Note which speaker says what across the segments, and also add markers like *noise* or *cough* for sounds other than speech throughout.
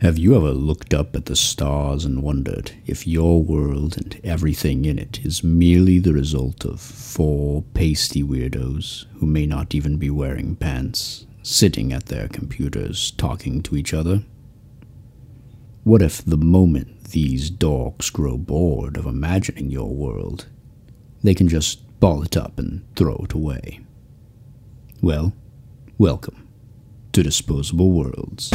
Speaker 1: Have you ever looked up at the stars and wondered if your world and everything in it is merely the result of four pasty weirdos who may not even be wearing pants, sitting at their computers talking to each other? What if the moment these dorks grow bored of imagining your world, they can just ball it up and throw it away? Well, welcome to Disposable Worlds.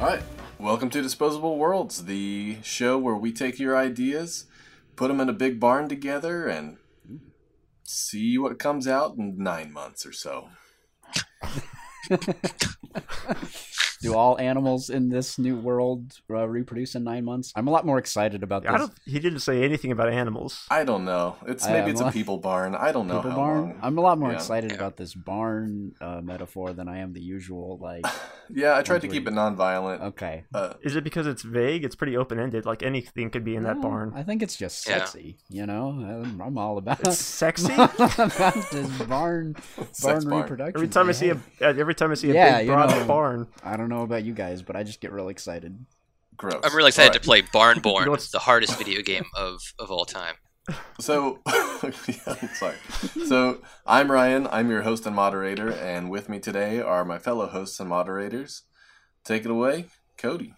Speaker 2: All right. Welcome to Disposable Worlds, the show where we take your ideas, put them in a big barn together, and see what comes out in nine months or so.
Speaker 3: Do all animals in this new world uh, reproduce in nine months? I'm a lot more excited about
Speaker 4: I
Speaker 3: this
Speaker 4: don't. He didn't say anything about animals.
Speaker 2: I don't know. It's
Speaker 3: I
Speaker 2: maybe
Speaker 3: am
Speaker 2: it's a
Speaker 3: like-
Speaker 2: people barn. I don't know
Speaker 3: paper
Speaker 2: how
Speaker 3: barn.
Speaker 2: long.
Speaker 3: I'm a lot more
Speaker 2: Yeah.
Speaker 3: excited about this barn uh, metaphor than I am the usual.
Speaker 2: *laughs*
Speaker 3: Like,
Speaker 2: yeah, I tried to keep it
Speaker 3: Agreed.
Speaker 2: nonviolent.
Speaker 3: okay,
Speaker 2: Uh,
Speaker 4: Is it because it's vague? It's pretty open ended. Like anything could be in that
Speaker 3: Well,
Speaker 4: barn.
Speaker 3: I think it's just
Speaker 5: Yeah.
Speaker 3: sexy. You know, I'm, I'm all about
Speaker 4: It's
Speaker 3: *laughs*
Speaker 4: sexy.
Speaker 3: about this barn barn
Speaker 2: *laughs* Sex barn.
Speaker 3: reproduction.
Speaker 4: Every time I
Speaker 3: thing.
Speaker 4: see a, uh, every time I see a
Speaker 3: Yeah,
Speaker 4: big
Speaker 3: you
Speaker 4: broad
Speaker 3: know.
Speaker 4: barn,
Speaker 3: I don't know about you guys, but I just get real excited.
Speaker 2: gross.
Speaker 5: I'm really excited
Speaker 2: All right.
Speaker 5: to play
Speaker 4: *laughs*
Speaker 5: Barnborn,
Speaker 4: You know what's-
Speaker 5: the hardest video game of, of all time.
Speaker 2: So, *laughs* yeah, I'm sorry. So, I'm Ryan. I'm your host and moderator, and with me today are my fellow hosts and moderators. Take it away, Cody.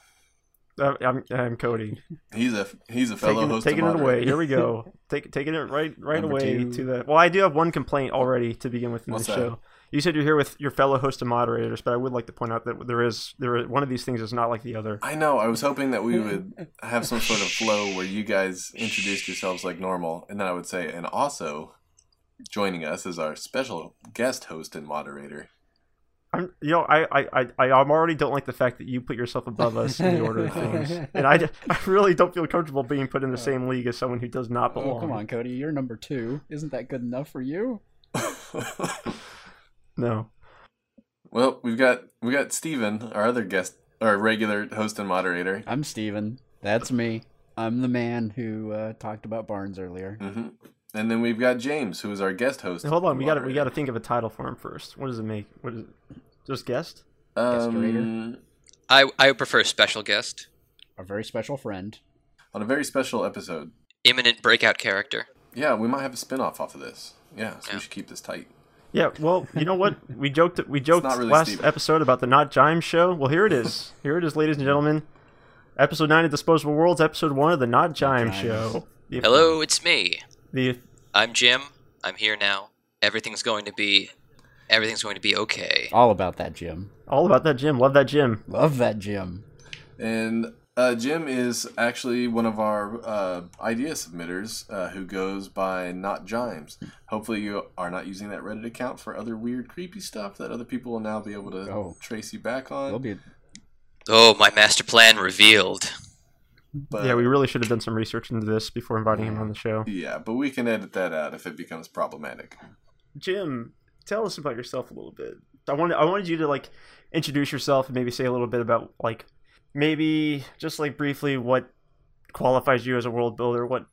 Speaker 4: uh, I'm,
Speaker 3: *laughs*
Speaker 4: I'm Cody.
Speaker 2: He's a he's a fellow
Speaker 4: Taking,
Speaker 2: host.
Speaker 4: taking
Speaker 2: and
Speaker 4: it away.
Speaker 2: moderator.
Speaker 4: Here
Speaker 2: *laughs*
Speaker 4: we go. Take, taking it right right
Speaker 3: Number
Speaker 4: away
Speaker 3: two.
Speaker 4: to the. Well, I do have one complaint already to begin with in
Speaker 2: What's
Speaker 4: this
Speaker 2: that?
Speaker 4: show. You said you're here with your fellow host and moderators, but I would like to point out that there is there is, one of these things is not like the other.
Speaker 2: I know. I was hoping that we would have some sort of flow where you guys introduced yourselves like normal, and then I would say, and also joining us is our special guest host and moderator. *laughs*
Speaker 4: I'm, you know, I, I, I, I- I'm already don't like the fact that you put yourself above us in the order
Speaker 3: *laughs*
Speaker 4: of things, and I, d- I really don't feel comfortable being put in the same league as someone who does not belong.
Speaker 3: Oh, come on, Cody, you're number two. Isn't that good enough for you?
Speaker 4: No,
Speaker 2: well, we've got we got Steven, our other guest, our regular host and moderator.
Speaker 3: I'm Steven. That's me. I'm the man who uh, talked about barns earlier.
Speaker 2: hmm And then we've got James, who is our guest host.
Speaker 4: hold on. We got to, we
Speaker 2: moderator.
Speaker 4: got to think of a title for him first. What does it make? What is it? Just guest?
Speaker 3: guest curator.
Speaker 2: Um,
Speaker 5: I, I would prefer special guest,
Speaker 3: Our very special friend.
Speaker 2: on a very special episode.
Speaker 5: imminent breakout character.
Speaker 2: Yeah, we might have a spin off off of this. Yeah, so
Speaker 5: Yeah.
Speaker 2: we should keep this tight.
Speaker 4: Yeah. Well, you know what? We joked, we joked
Speaker 2: not really
Speaker 4: last
Speaker 2: Steven.
Speaker 4: episode about the Not Jimes show. Well, here
Speaker 3: *laughs*
Speaker 4: it is. Here it is, ladies and gentlemen. Episode nine of Disposable Worlds. Episode one of the Not Jimes
Speaker 3: Jimes.
Speaker 4: show. The,
Speaker 5: Hello, it's me.
Speaker 4: The
Speaker 5: I'm Jim. I'm here now. Everything's going to be everything's going to be okay.
Speaker 4: Uh,
Speaker 3: All about that gym.
Speaker 4: all about that gym. Love that gym.
Speaker 3: Love that gym.
Speaker 2: And uh, Jim is actually one of our uh, idea submitters uh, who goes by Not Jimes. Hopefully, you are not using that Reddit account for other weird, creepy stuff that other people will now be able to
Speaker 3: Oh.
Speaker 2: trace you back
Speaker 3: We'll
Speaker 2: on.
Speaker 4: *laughs*
Speaker 3: be
Speaker 5: Oh, my master plan revealed.
Speaker 2: But,
Speaker 4: yeah, we really should have done some research into this before inviting him on the show.
Speaker 2: yeah, but we can edit that out if it becomes problematic.
Speaker 4: Jim, tell us about yourself a little bit. I wanted I wanted you to like introduce yourself and maybe say a little bit about like maybe just like briefly what qualifies you as a world builder, what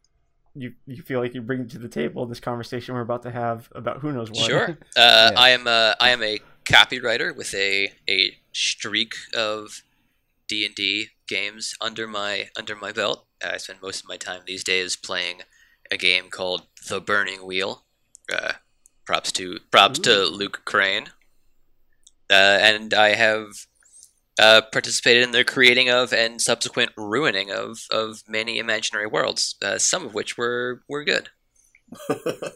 Speaker 4: you you feel like you bring to the table in this conversation we're about to have about who knows what.
Speaker 5: Sure.
Speaker 3: Yeah.
Speaker 5: Uh, I am a, I am a copywriter with a a streak of D and D games under my under my belt. I spend most of my time these days playing a game called The Burning Wheel. Uh, props to props to Luke Crane. Uh, and I have uh, participated in the creating of and subsequent ruining of of many imaginary worlds, uh, some of which were were good.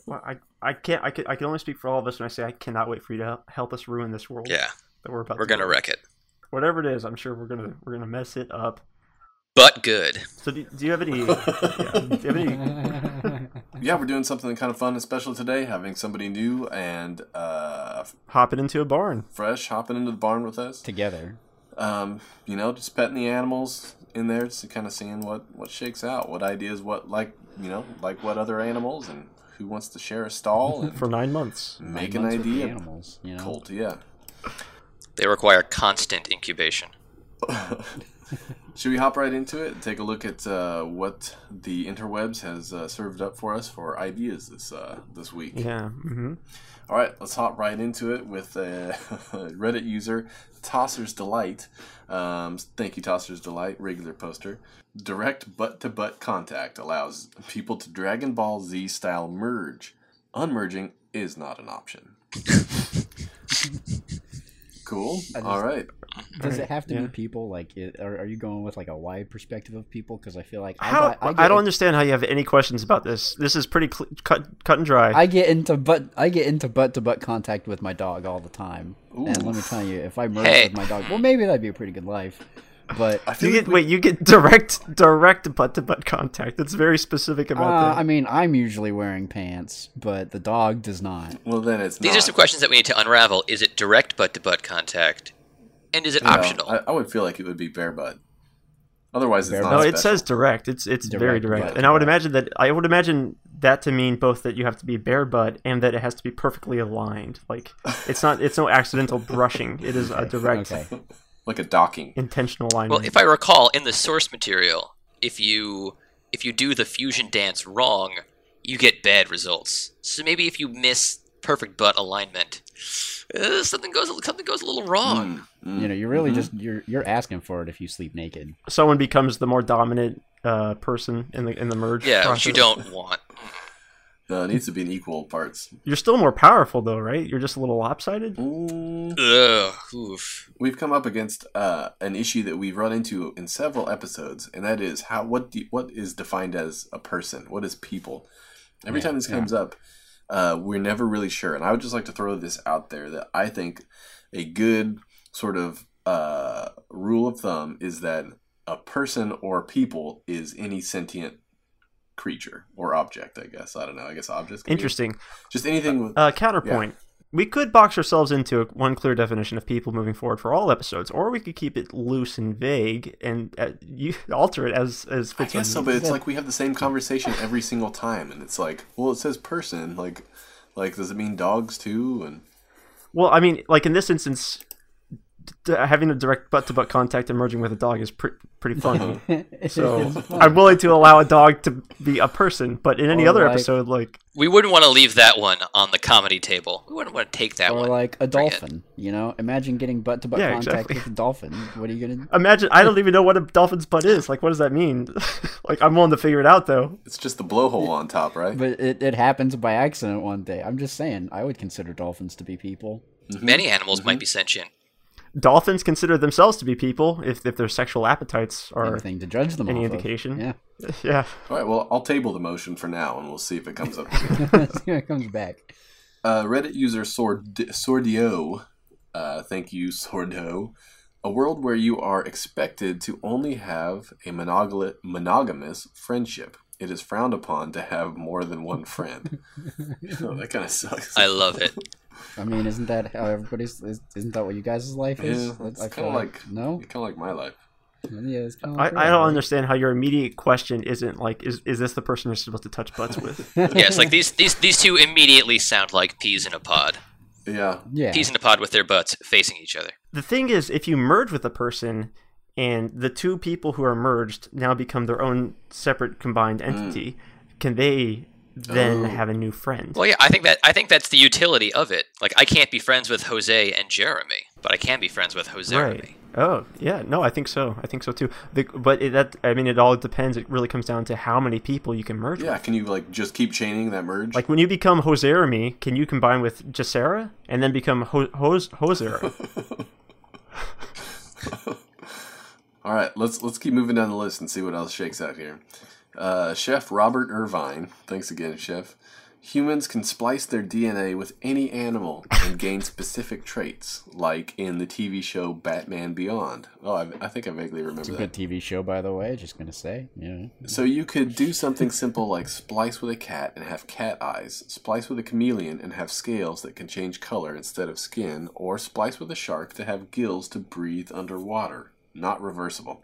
Speaker 4: Well, I I can't I can I can only speak for all of us when I say I cannot wait for you to help- help us ruin this world
Speaker 5: Yeah,
Speaker 4: that we're about
Speaker 5: we're
Speaker 4: to
Speaker 5: gonna
Speaker 4: build.
Speaker 5: wreck it,
Speaker 4: whatever it is. I'm sure we're gonna we're gonna mess it up.
Speaker 5: but good.
Speaker 4: So do, do you
Speaker 2: *laughs*
Speaker 4: have any? *laughs* yeah, do you have any?
Speaker 2: Yeah, we're doing something kind of fun and special today, having somebody new and uh,
Speaker 4: Hopping into a barn.
Speaker 2: fresh hopping into the barn with us.
Speaker 3: together.
Speaker 2: Um, you know, just petting the animals, in there just kind of seeing what what shakes out, what ideas, what like you know, like what other animals and who wants to share a
Speaker 3: *laughs*
Speaker 2: stall and
Speaker 4: for nine months.
Speaker 3: Nine
Speaker 2: make an
Speaker 3: months with the
Speaker 2: idea
Speaker 3: Animals, you know?
Speaker 2: cult. Yeah.
Speaker 3: *laughs*
Speaker 2: *laughs*
Speaker 5: They require constant incubation.
Speaker 2: Should we hop right into it and take a look at uh, what the interwebs has uh, served up for us for ideas this uh, this week?
Speaker 4: Yeah. hmm
Speaker 2: All right, let's hop right into it with uh, *laughs* Reddit user Tosser's Delight. Um, thank you, Tosser's Delight, regular poster. Direct butt to butt contact allows people to Dragon Ball Z style merge. Unmerging is not an
Speaker 3: *laughs*
Speaker 2: option. cool.
Speaker 3: I just-
Speaker 2: All right.
Speaker 3: Does it have to
Speaker 4: Yeah.
Speaker 3: be people? Like, it, are, are you going with like a wide perspective of people? Because I feel like I,
Speaker 4: How,
Speaker 3: got- I,
Speaker 4: I,
Speaker 3: get,
Speaker 4: don't understand how you have any questions about this. This is pretty cl- cut cut and dry.
Speaker 3: I get into butt. I get into butt to butt contact with my dog all the time. And let me tell you, if I merged
Speaker 5: Hey.
Speaker 3: with my dog, well, maybe that'd be a pretty good life. But
Speaker 2: I feel
Speaker 4: you
Speaker 2: like
Speaker 4: get
Speaker 2: we-
Speaker 4: wait, you get direct *laughs* direct butt to butt contact. That's very specific about
Speaker 3: uh,
Speaker 4: that.
Speaker 3: I mean, I'm usually wearing pants, but the dog does not.
Speaker 2: well, then it's
Speaker 5: These
Speaker 2: not.
Speaker 5: are some questions that we need to unravel. Is it direct butt to butt contact? And is it
Speaker 2: No,
Speaker 5: optional?
Speaker 2: I, I would feel like it would be bare butt. Otherwise, it's
Speaker 3: Bare
Speaker 2: not.
Speaker 4: No,
Speaker 2: special.
Speaker 4: it says direct. It's it's very
Speaker 3: Direct,
Speaker 4: direct,
Speaker 3: direct,
Speaker 4: and I would
Speaker 3: direct.
Speaker 4: imagine that I would imagine that to mean both that you have to be bare butt and that it has to be perfectly aligned. Like it's not it's no
Speaker 3: *laughs*
Speaker 4: accidental brushing. It is a direct
Speaker 3: Okay.
Speaker 2: like a docking.
Speaker 4: intentional alignment.
Speaker 5: Well, if I recall, in the source material, if you if you do the fusion dance wrong, you get bad results. So maybe if you miss perfect butt alignment, uh, something goes something goes a little
Speaker 2: Hmm.
Speaker 5: wrong.
Speaker 3: You know, you're
Speaker 4: Mm-hmm.
Speaker 3: really
Speaker 2: Mm-hmm.
Speaker 3: just you're you're asking for it if you sleep naked.
Speaker 4: Someone becomes the more dominant uh, person in the in the merge.
Speaker 5: yeah,
Speaker 4: process.
Speaker 5: which you don't want.
Speaker 2: No, it needs to be in equal parts.
Speaker 4: You're still more powerful though, right? You're just a little lopsided.
Speaker 2: Mm,
Speaker 5: Ugh, oof.
Speaker 2: we've come up against uh, an issue that we've run into in several episodes, and that is how what do, what is defined as a person, what is people. Every
Speaker 3: Yeah,
Speaker 2: time this
Speaker 3: yeah.
Speaker 2: comes up, uh, we're never really sure. And I would just like to throw this out there that I think a good sort of uh, rule of thumb is that a person or people is any sentient creature or object. I guess I don't know. I guess objects. could be-
Speaker 4: Interesting.
Speaker 2: Just anything with
Speaker 4: Uh, counterpoint. We could box ourselves into a, one clear definition of people moving forward for all episodes, or we could keep it loose and vague and uh, you *laughs* alter it as as
Speaker 2: I
Speaker 4: fits
Speaker 2: guess so,
Speaker 4: on
Speaker 2: but
Speaker 4: you.
Speaker 2: it's like we have the same conversation every single time, and it's like, well, it says person, like, like does it mean dogs too? And
Speaker 4: Well, I mean, like in this instance, d- having a direct butt to butt contact and merging with a dog is pre-
Speaker 2: *laughs*
Speaker 4: pretty fun. so I'm willing to allow a dog to be a person, but in any
Speaker 3: Or
Speaker 4: other
Speaker 3: like-
Speaker 4: episode, like
Speaker 5: We wouldn't want to leave that one on the comedy table. We wouldn't want to take that
Speaker 3: or
Speaker 5: one.
Speaker 3: like a
Speaker 5: Forget.
Speaker 3: dolphin, you know? Imagine getting butt to butt
Speaker 4: Yeah,
Speaker 3: contact
Speaker 4: exactly.
Speaker 3: with a dolphin. What are you
Speaker 4: *laughs*
Speaker 3: gonna?
Speaker 4: imagine I don't even know what a dolphin's butt is. Like, what does that mean? *laughs* like, I'm willing to figure it out though.
Speaker 2: it's just the blowhole on top, right?
Speaker 3: But it, it happens by accident one day. I'm just saying, I would consider dolphins to be people.
Speaker 5: Many animals might be sentient.
Speaker 4: Dolphins consider themselves to be people if if their sexual appetites are.
Speaker 3: Anything to judge them
Speaker 4: Any
Speaker 3: off of.
Speaker 4: indication? *laughs*
Speaker 3: Yeah. *laughs*
Speaker 4: Yeah,
Speaker 2: All right, well, I'll table the motion for now, and we'll see if it comes up. again.
Speaker 3: See when it comes back.
Speaker 2: *laughs* uh, Reddit user Sord- Sordio, uh, thank you, Sordo. A world where you are expected to only have a monogla- monogamous friendship. It is frowned upon to have more than one friend. *laughs* oh, that kind of sucks.
Speaker 5: I love it.
Speaker 3: I mean, isn't that how everybody's? is- Isn't that what you guys' life is?
Speaker 2: Yeah,
Speaker 3: I-
Speaker 2: it's
Speaker 3: I feel
Speaker 2: kinda like-
Speaker 3: no.
Speaker 2: kind of like my life.
Speaker 3: Yeah, it's kind of.
Speaker 4: I, I don't understand how your immediate question isn't like, is is this the person you're supposed to touch butts with?
Speaker 5: Yes, like these these these two immediately sound like peas in a pod.
Speaker 2: Yeah,
Speaker 3: Yeah.
Speaker 5: Peas in a pod with their butts facing each other.
Speaker 4: the thing is if you merge with a person and the two people who are merged now become their own separate combined entity can they then have a new friend
Speaker 5: Well, yeah, I think that I think that's the utility of it. Like, I can't be friends with Jose and Jeremy, but I can be friends with Jose.
Speaker 4: right oh yeah no i think so i think so too the, but it, that i mean it all depends it really comes down to how many people you can merge with.
Speaker 2: yeah. Can you like just keep chaining that merge?
Speaker 4: like when you become Hoserami, can you combine with Jacera and then become Ho- Hos- Hosera?
Speaker 2: All right, let's let's keep moving down the list and see what else shakes out here. Uh, Chef Robert Irvine, thanks again, Chef. Humans can splice their DNA with any animal and gain specific traits, like in the TV show Batman Beyond. Oh, I, I think I vaguely remember
Speaker 3: Good
Speaker 2: that.
Speaker 3: TV show, by the way. Just gonna say, yeah.
Speaker 2: So you could do something simple like splice with a cat and have cat eyes, splice with a chameleon and have scales that can change color instead of skin, or splice with a shark to have gills to breathe underwater. Not reversible.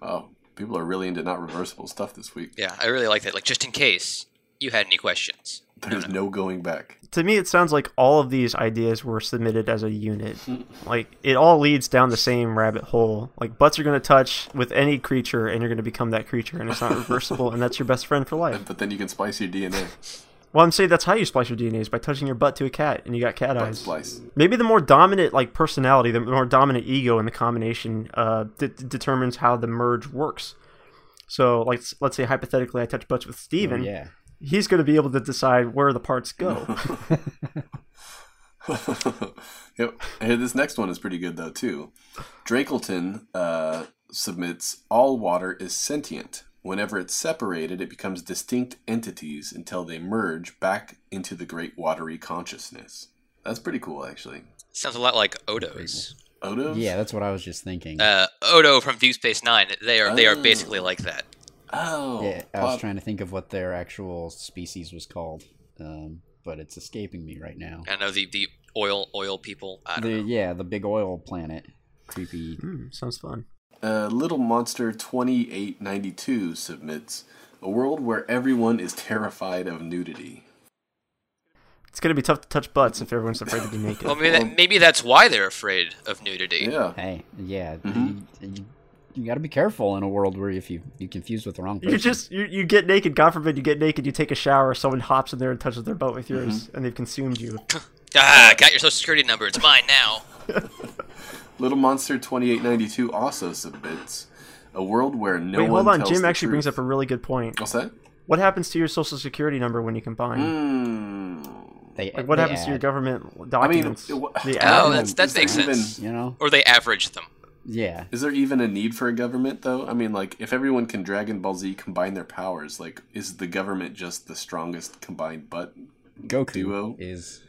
Speaker 2: Oh, People are really into not reversible stuff this week.
Speaker 5: Yeah, I really like that. Like, just in case you had any questions.
Speaker 2: There's no going back.
Speaker 4: To me, it sounds like all of these ideas were submitted as
Speaker 2: *laughs*
Speaker 4: a unit. Like it all leads down the same rabbit hole. Like butts are going to touch with any creature, and you're going to become that creature, and it's not reversible, and that's your best friend
Speaker 2: *laughs*
Speaker 4: for life.
Speaker 2: But then you can splice your DNA.
Speaker 4: Well, I'm saying that's how you splice your DNA is by touching your butt to a cat, and you got cat
Speaker 2: Butt
Speaker 4: eyes.
Speaker 2: splice.
Speaker 4: Maybe the more dominant like personality, the more dominant ego in the combination uh, de- determines how the merge works. So, like, s- let's say hypothetically, I touch
Speaker 2: Oh,
Speaker 4: butts with Steven.
Speaker 3: yeah.
Speaker 4: He's going to be able to decide where the
Speaker 2: *laughs*
Speaker 4: parts go.
Speaker 2: *laughs* yep. And this next one is pretty good though too. Drakelton uh, submits all water is sentient. Whenever it's separated, it becomes distinct entities until they merge back into the great watery consciousness. That's pretty cool, actually.
Speaker 5: Sounds a lot like Odo's.
Speaker 2: Odos?
Speaker 3: Yeah, that's what I was just thinking.
Speaker 5: Uh, Odo from Deep Space Nine. They are they are
Speaker 2: Oh.
Speaker 5: basically like that.
Speaker 2: Oh.
Speaker 3: yeah, I was
Speaker 2: Bob-
Speaker 3: trying to think of what their actual species was called, um, but it's escaping me right now.
Speaker 5: I know the the oil oil people. I don't
Speaker 3: The,
Speaker 5: know.
Speaker 3: yeah, the big oil planet. Creepy.
Speaker 4: Hmm, sounds fun.
Speaker 2: Uh, Little Monster 2892 submits a world where everyone is terrified of nudity.
Speaker 4: It's going to be tough to touch butts if everyone's afraid to be naked.
Speaker 5: Well, maybe that, maybe that's why they're afraid of nudity.
Speaker 2: Yeah.
Speaker 3: Hey, yeah,
Speaker 2: Mhm.
Speaker 5: Mm-hmm.
Speaker 3: you, you, you got to be careful in a world where if you you confuse with the wrong person,
Speaker 4: You just you, you get naked. God forbid you get naked. You take a shower. Someone hops in there and touches their butt with
Speaker 2: Mm-hmm.
Speaker 4: yours, and they've consumed you.
Speaker 5: Ah, got your social security number. It's mine now.
Speaker 2: Little Monster 2892 also submits a world where no
Speaker 4: Wait,
Speaker 2: one
Speaker 4: hold on.
Speaker 2: tells
Speaker 4: Jim
Speaker 2: the
Speaker 4: actually brings
Speaker 2: truth.
Speaker 4: up a really good point.
Speaker 2: What's that?
Speaker 4: What happens to your social security number when you combine?
Speaker 2: Hmm.
Speaker 3: they,
Speaker 4: Like what
Speaker 3: they
Speaker 4: happens to your
Speaker 3: add,
Speaker 4: government
Speaker 2: I mean,
Speaker 4: documents?
Speaker 2: it wa-
Speaker 4: the
Speaker 5: Oh,
Speaker 4: ad?
Speaker 5: that's that
Speaker 2: Is
Speaker 5: makes
Speaker 2: there even-
Speaker 5: sense.
Speaker 3: You know,
Speaker 5: Or they average them.
Speaker 3: yeah,
Speaker 2: Is there even a need for a government though? I mean, like if everyone can Dragon Ball Z combine their powers, like is the government just the strongest combined butt?
Speaker 3: Goku
Speaker 2: Duo.
Speaker 3: is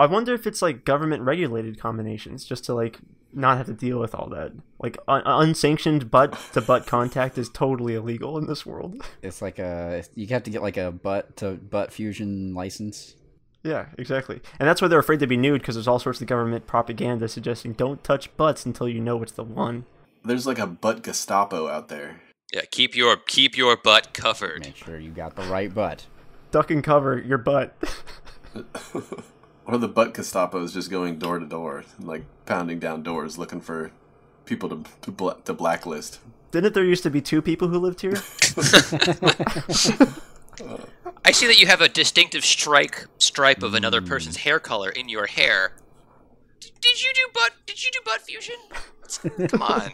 Speaker 4: I wonder if it's like government regulated combinations, just to like not have to deal with all that. Like un- unsanctioned butt to butt contact is totally illegal in this world.
Speaker 3: it's like a you have to get like a butt to butt fusion license.
Speaker 4: yeah, exactly. And that's why they're afraid to be nude because there's all sorts of government propaganda suggesting don't touch butts until you know it's the one.
Speaker 2: There's like a butt Gestapo out there.
Speaker 5: Yeah, keep your keep your butt covered.
Speaker 3: Make sure you got the right butt.
Speaker 4: Duck and cover your butt. *laughs*
Speaker 2: Or the butt Gestapo's just going door to door, like pounding down doors looking for people to to, bla- to blacklist.
Speaker 4: Didn't there used to be two people who lived here?
Speaker 5: I see that you have a distinctive strike stripe of another person's hair color in your hair. D- Did you do butt? Did you do butt fusion? Come on.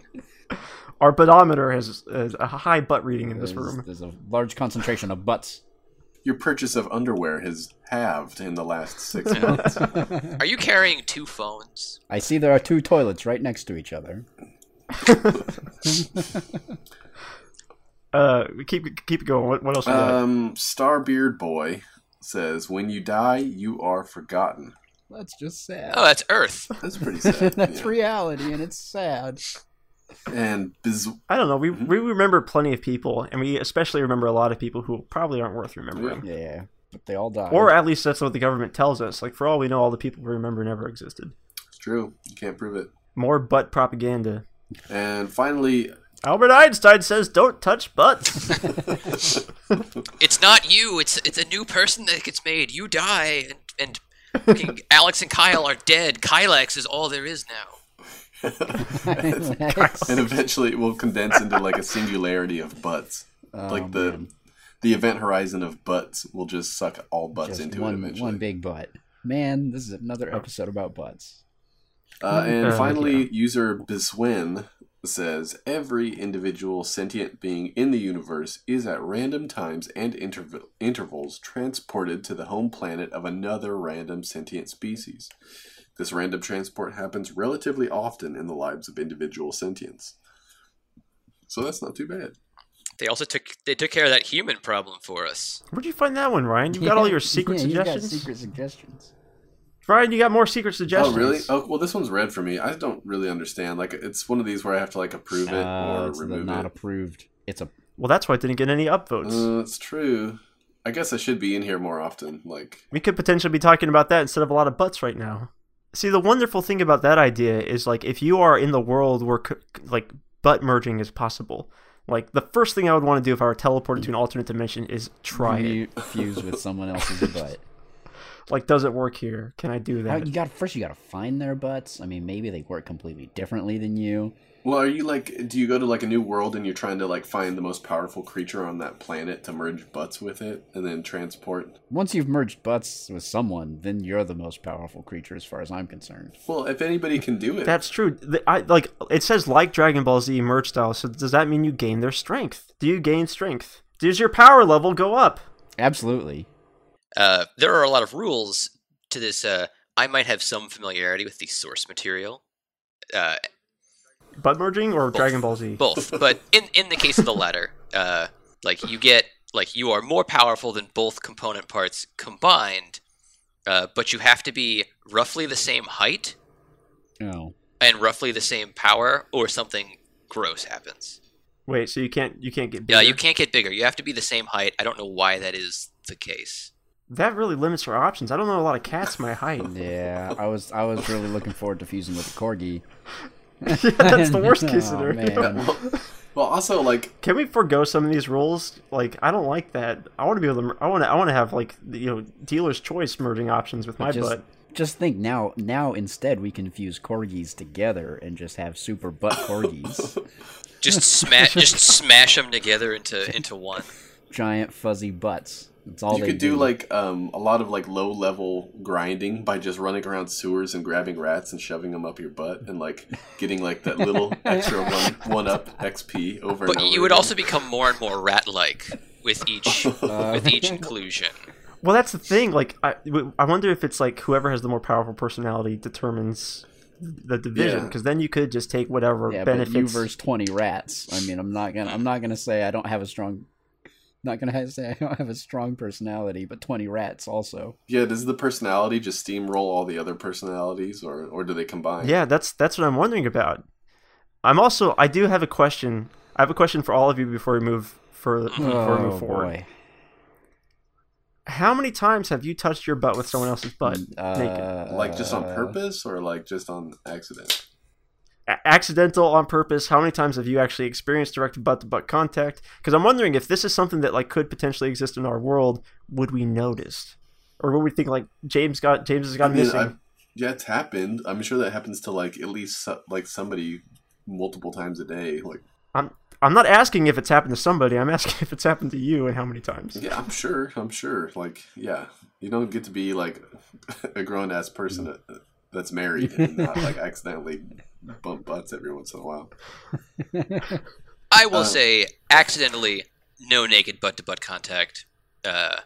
Speaker 4: Our pedometer has, has a high butt reading in this
Speaker 3: There's,
Speaker 4: room.
Speaker 3: there's a large concentration of butts.
Speaker 2: Your purchase of underwear has halved in the last six months.
Speaker 5: Are you carrying two phones?
Speaker 3: I see there are two toilets right next to each other.
Speaker 4: Uh, keep keep going. What, what else? we got?
Speaker 2: Um, Starbeard Boy says, "When you die, you are forgotten."
Speaker 3: That's just sad.
Speaker 5: Oh, that's Earth.
Speaker 2: That's
Speaker 3: *laughs*
Speaker 2: pretty sad.
Speaker 3: That's
Speaker 2: yeah.
Speaker 3: reality, and it's sad.
Speaker 2: And Biz-
Speaker 4: I don't know. We we remember plenty of people, and we especially remember a lot of people who probably aren't worth remembering.
Speaker 3: Yeah, but they all die. *laughs*
Speaker 4: Or at least that's what the government tells us. Like for all we know, all the people we remember never existed.
Speaker 2: it's true. You can't prove it.
Speaker 4: More butt propaganda.
Speaker 2: And finally,
Speaker 4: Albert Einstein says, "Don't touch butts."
Speaker 5: It's not you. It's it's a new person that gets made. You die, and, and fucking Alex and Kyle are dead. Kylex is all there is now.
Speaker 4: *laughs*
Speaker 2: and eventually, it will condense into like a singularity of
Speaker 3: *laughs*
Speaker 2: butts.
Speaker 3: Oh,
Speaker 2: like the the event horizon of butts will just suck all butts
Speaker 3: just
Speaker 2: into it
Speaker 3: one,
Speaker 2: eventually.
Speaker 3: one big butt. Man, this is
Speaker 4: Oh.
Speaker 3: another episode about butts.
Speaker 2: Uh, and
Speaker 4: Uh,
Speaker 2: finally, user Biswin says every individual sentient being in the universe is at random times and interv- intervals transported to the home planet of another random sentient species. This random transport happens relatively often in the lives of individual sentients. So that's not too bad.
Speaker 5: They also took they took care of that human problem for us.
Speaker 4: Where'd you find that one, Ryan? You've got all your secret
Speaker 3: yeah, you've got
Speaker 4: suggestions.
Speaker 3: secret suggestions.
Speaker 4: Ryan, you got more secret
Speaker 2: Oh
Speaker 4: suggestions.
Speaker 2: really? Oh well, this one's red for me. I don't really understand. Like it's one of these where I have to like approve it
Speaker 3: Uh,
Speaker 2: or
Speaker 3: it's the
Speaker 2: remove
Speaker 3: not
Speaker 2: it.
Speaker 3: approved. It's a
Speaker 4: Well, that's why it didn't get any upvotes.
Speaker 2: Uh, it's true. I guess I should be in here more often. Like
Speaker 4: We could potentially be talking about that instead of a lot of butts right now. See, the wonderful thing about that idea is like if you are in the world where c- like butt merging is possible, Like the first thing I would want to do if I were teleported to an alternate dimension is try it.
Speaker 3: You fuse with someone else's
Speaker 4: *laughs*
Speaker 3: butt.
Speaker 4: Like, does it work here? Can I do
Speaker 3: How-
Speaker 4: that?
Speaker 3: you got first. You got to find their butts. I mean, maybe they work completely differently than you.
Speaker 2: Well, are you like? Do you go to like a new world and you're trying to like find the most powerful creature on that planet to merge butts with it and then transport?
Speaker 3: Once you've merged butts with someone, then you're the most powerful creature, as far as I'm concerned.
Speaker 2: Well, if anybody can do it,
Speaker 4: That's true. The- I like it says like Dragon Ball Z merge style. So does that mean you gain their strength? Do you gain strength? Does your power level go up?
Speaker 3: Absolutely.
Speaker 5: Uh, there are a lot of rules to this. Uh, I might have some familiarity with the source material, uh,
Speaker 4: Butt merging or Dragon Ball Z?
Speaker 5: both. But in in the case of the latter, uh, like you get like you are more powerful than both component parts combined, uh, but you have to be roughly the same height
Speaker 3: Oh,
Speaker 5: and roughly the same power, or something gross happens.
Speaker 4: Wait, so you can't you can't get
Speaker 5: Yeah,
Speaker 4: bigger?
Speaker 5: you can't get bigger. You have to be the same height. I don't know why that is the case.
Speaker 4: That really limits our options. I don't know a lot of cats
Speaker 3: *laughs*
Speaker 4: my height. *laughs*
Speaker 3: yeah. I was I was really looking forward to fusing with a
Speaker 2: *laughs*
Speaker 3: corgi.
Speaker 4: yeah, that's the worst case
Speaker 3: Aw,
Speaker 4: scenario.
Speaker 3: Oh, man.
Speaker 2: well, also like
Speaker 4: *laughs* Can we forego some of these rules? Like, I don't like that. I want to be able to. mer- I want to. I want to have like you know dealer's choice merging options with my
Speaker 3: just,
Speaker 4: butt.
Speaker 3: just think now. Now instead, we can fuse corgis together and just have super butt
Speaker 2: *laughs*
Speaker 3: corgis,
Speaker 5: Just smash, just smash them together into into one.
Speaker 3: giant fuzzy butts. That's all
Speaker 2: you
Speaker 3: they
Speaker 2: could do like um, a lot of like low level grinding by just running around sewers and grabbing rats and shoving them up your butt and like getting like that little extra one one up XP over.
Speaker 5: But
Speaker 2: and over
Speaker 5: you would
Speaker 2: again.
Speaker 5: also become more and more rat-like with each with each inclusion.
Speaker 4: Well, that's the thing. Like, I, w- I wonder if it's like whoever has the more powerful personality determines the division.
Speaker 2: Yeah.
Speaker 4: Because then you could just take whatever
Speaker 3: yeah,
Speaker 4: benefits.
Speaker 3: but you versus twenty rats. I mean, I'm not gonna I'm not gonna say I don't have a strong. Not gonna *laughs* ha- say I don't have a strong personality, but twenty rats also.
Speaker 2: yeah. Does the personality just steamroll all the other personalities, or or do they combine?
Speaker 4: Yeah, that's that's what I'm wondering about. I'm also. I do have a question. I have a question for all of you before we move further. Before
Speaker 3: Oh,
Speaker 4: we move forward. How many times have you touched your butt with someone else's butt?
Speaker 3: Mm. Uh,
Speaker 4: naked.
Speaker 2: Like just on purpose or like just on accident?
Speaker 4: a- accidental on purpose how many times have you actually experienced direct butt to butt contact because i'm wondering if this is something that like could potentially exist in our world would we notice or would we think like james got james has
Speaker 2: I
Speaker 4: gone
Speaker 2: mean,
Speaker 4: missing
Speaker 2: I- yeah, it's happened. I'm sure that happens to like at least so- like somebody multiple times a day. Like,
Speaker 4: i'm not asking if it's happened to somebody i'm asking *laughs* if it's happened to you and how many times
Speaker 2: yeah, I'm sure. I'm sure. Like, yeah, you don't get to be like *laughs* a grown ass person that- that's married and not like accidentally bump butts every once in a while.
Speaker 5: I will
Speaker 2: Uh.
Speaker 5: say, accidentally, no naked butt-to-butt contact. Uh,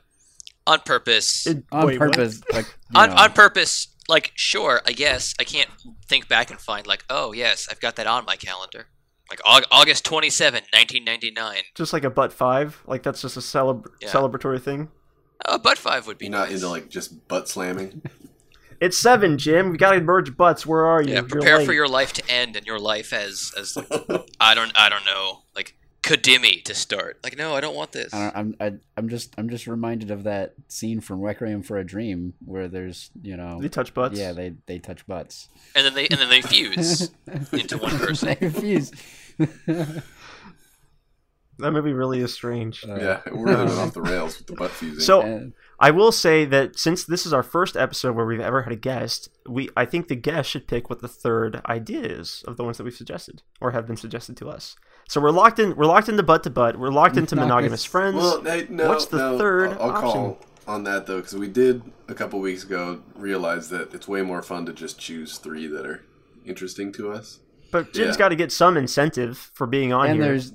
Speaker 5: on purpose.
Speaker 4: It-
Speaker 3: on
Speaker 4: wait, what?
Speaker 3: purpose, like you
Speaker 5: on,
Speaker 3: know,
Speaker 5: on purpose. Like, sure, I guess I can't think back and find like, oh yes, I've got that on my calendar. Like Aug- August 27, 1999.
Speaker 4: just like a butt five like that's just a celeb-
Speaker 5: Yeah.
Speaker 4: celebratory thing
Speaker 5: Oh, butt five would be
Speaker 2: You're not
Speaker 5: nice.
Speaker 2: into like just butt slamming. *laughs*
Speaker 4: it's seven jim we gotta merge butts where are you
Speaker 5: yeah,
Speaker 4: You're
Speaker 5: prepare
Speaker 4: late.
Speaker 5: for your life to end and your life as as like, I don't I don't know like Kadimi to start. Like no, I don't want this.
Speaker 3: I don't, I'm I, I'm just I'm just reminded of that scene from Requiem for a Dream where there's you know
Speaker 4: they touch butts
Speaker 3: yeah they they touch butts
Speaker 5: And then they and then
Speaker 3: *laughs*
Speaker 5: they fuse into one person.
Speaker 3: they refuse.
Speaker 4: that movie really is strange
Speaker 2: yeah, we're really going off the rails with the butt fusing.
Speaker 4: so
Speaker 3: Uh, And-
Speaker 4: I will say that since this is our first episode where we've ever had a guest, we I think the guest should pick what the third idea is of the ones that we've suggested or have been suggested to us. So we're locked in. We're locked into butt to butt. We're locked into
Speaker 3: Nice.
Speaker 4: monogamous friends.
Speaker 2: Well, hey, no,
Speaker 4: What's the
Speaker 2: no,
Speaker 4: third
Speaker 2: I'll, I'll
Speaker 4: option?
Speaker 2: call on that though, because we did a couple weeks ago realize that it's way more fun to just choose three that are interesting to us.
Speaker 4: but Jim's
Speaker 2: yeah.
Speaker 4: got to get some incentive for being on
Speaker 3: and
Speaker 4: here.
Speaker 3: there's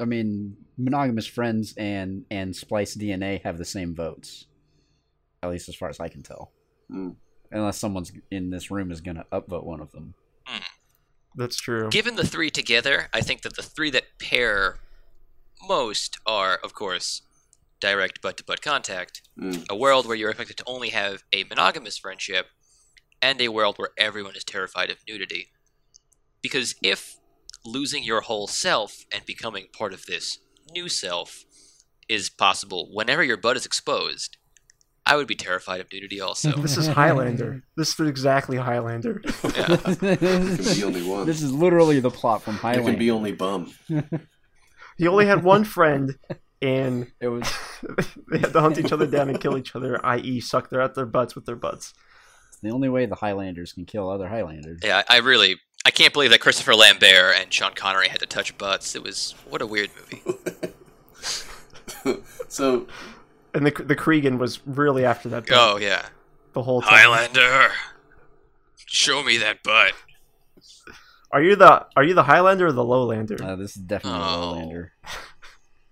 Speaker 3: i mean monogamous friends and and splice dna have the same votes at least as far as i can tell
Speaker 2: Mm.
Speaker 3: unless someone's in this room is going to upvote one of them
Speaker 4: That's true.
Speaker 5: Given the three together, I think that the three that pair most are, of course, direct butt to butt contact,
Speaker 2: Mm.
Speaker 5: a world where you're expected to only have a monogamous friendship, and a world where everyone is terrified of nudity. Because if losing your whole self and becoming part of this new self is possible whenever your butt is exposed, I would be terrified of nudity also.
Speaker 3: *laughs*
Speaker 4: This is Highlander. This is exactly Highlander.
Speaker 5: Yeah.
Speaker 2: You can be
Speaker 3: this *laughs*
Speaker 2: only one.
Speaker 3: is literally the plot from
Speaker 2: You can
Speaker 3: highland
Speaker 2: be only bum.
Speaker 4: He only had
Speaker 3: *laughs*
Speaker 4: one friend, and *laughs*
Speaker 3: It was
Speaker 4: they had to hunt each other down and kill each other, i.e., suck their out their butts with their butts.
Speaker 3: the only way the Highlanders can kill other Highlanders.
Speaker 5: Yeah, I I really I can't believe that Christopher Lambert and Sean Connery had to touch butts. It was what a weird *laughs* movie.
Speaker 2: So
Speaker 4: And the the Cregan was really after that bit
Speaker 5: Oh yeah,
Speaker 4: the whole time.
Speaker 5: Highlander, show me that butt.
Speaker 4: Are you the are you the Highlander or the Lowlander?
Speaker 3: Uh, this is definitely a
Speaker 5: Oh.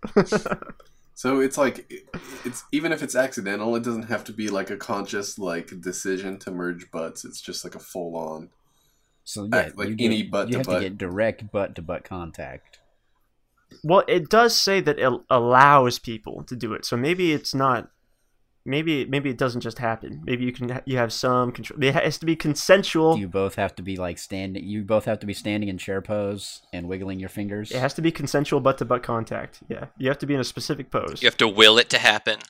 Speaker 3: Highlander.
Speaker 2: so it's like it- it's even if it's accidental, it doesn't have to be like a conscious like decision to merge butts. It's just like a full on.
Speaker 3: So
Speaker 2: Uh,
Speaker 3: yeah,
Speaker 2: like
Speaker 3: you
Speaker 2: any
Speaker 3: get-
Speaker 2: butt
Speaker 3: you
Speaker 2: to
Speaker 3: have
Speaker 2: butt.
Speaker 3: to get direct butt to butt contact.
Speaker 4: Well, it does say that it allows people to do it, so maybe it's not. Maybe maybe it doesn't just happen. Maybe you can ha- you have some control. It has to be consensual.
Speaker 3: You both have to be like standing. You both have to be standing in chair pose and wiggling your fingers.
Speaker 4: It has to be consensual butt to butt contact. Yeah, you have to be in a specific pose.
Speaker 5: You have to will it to happen.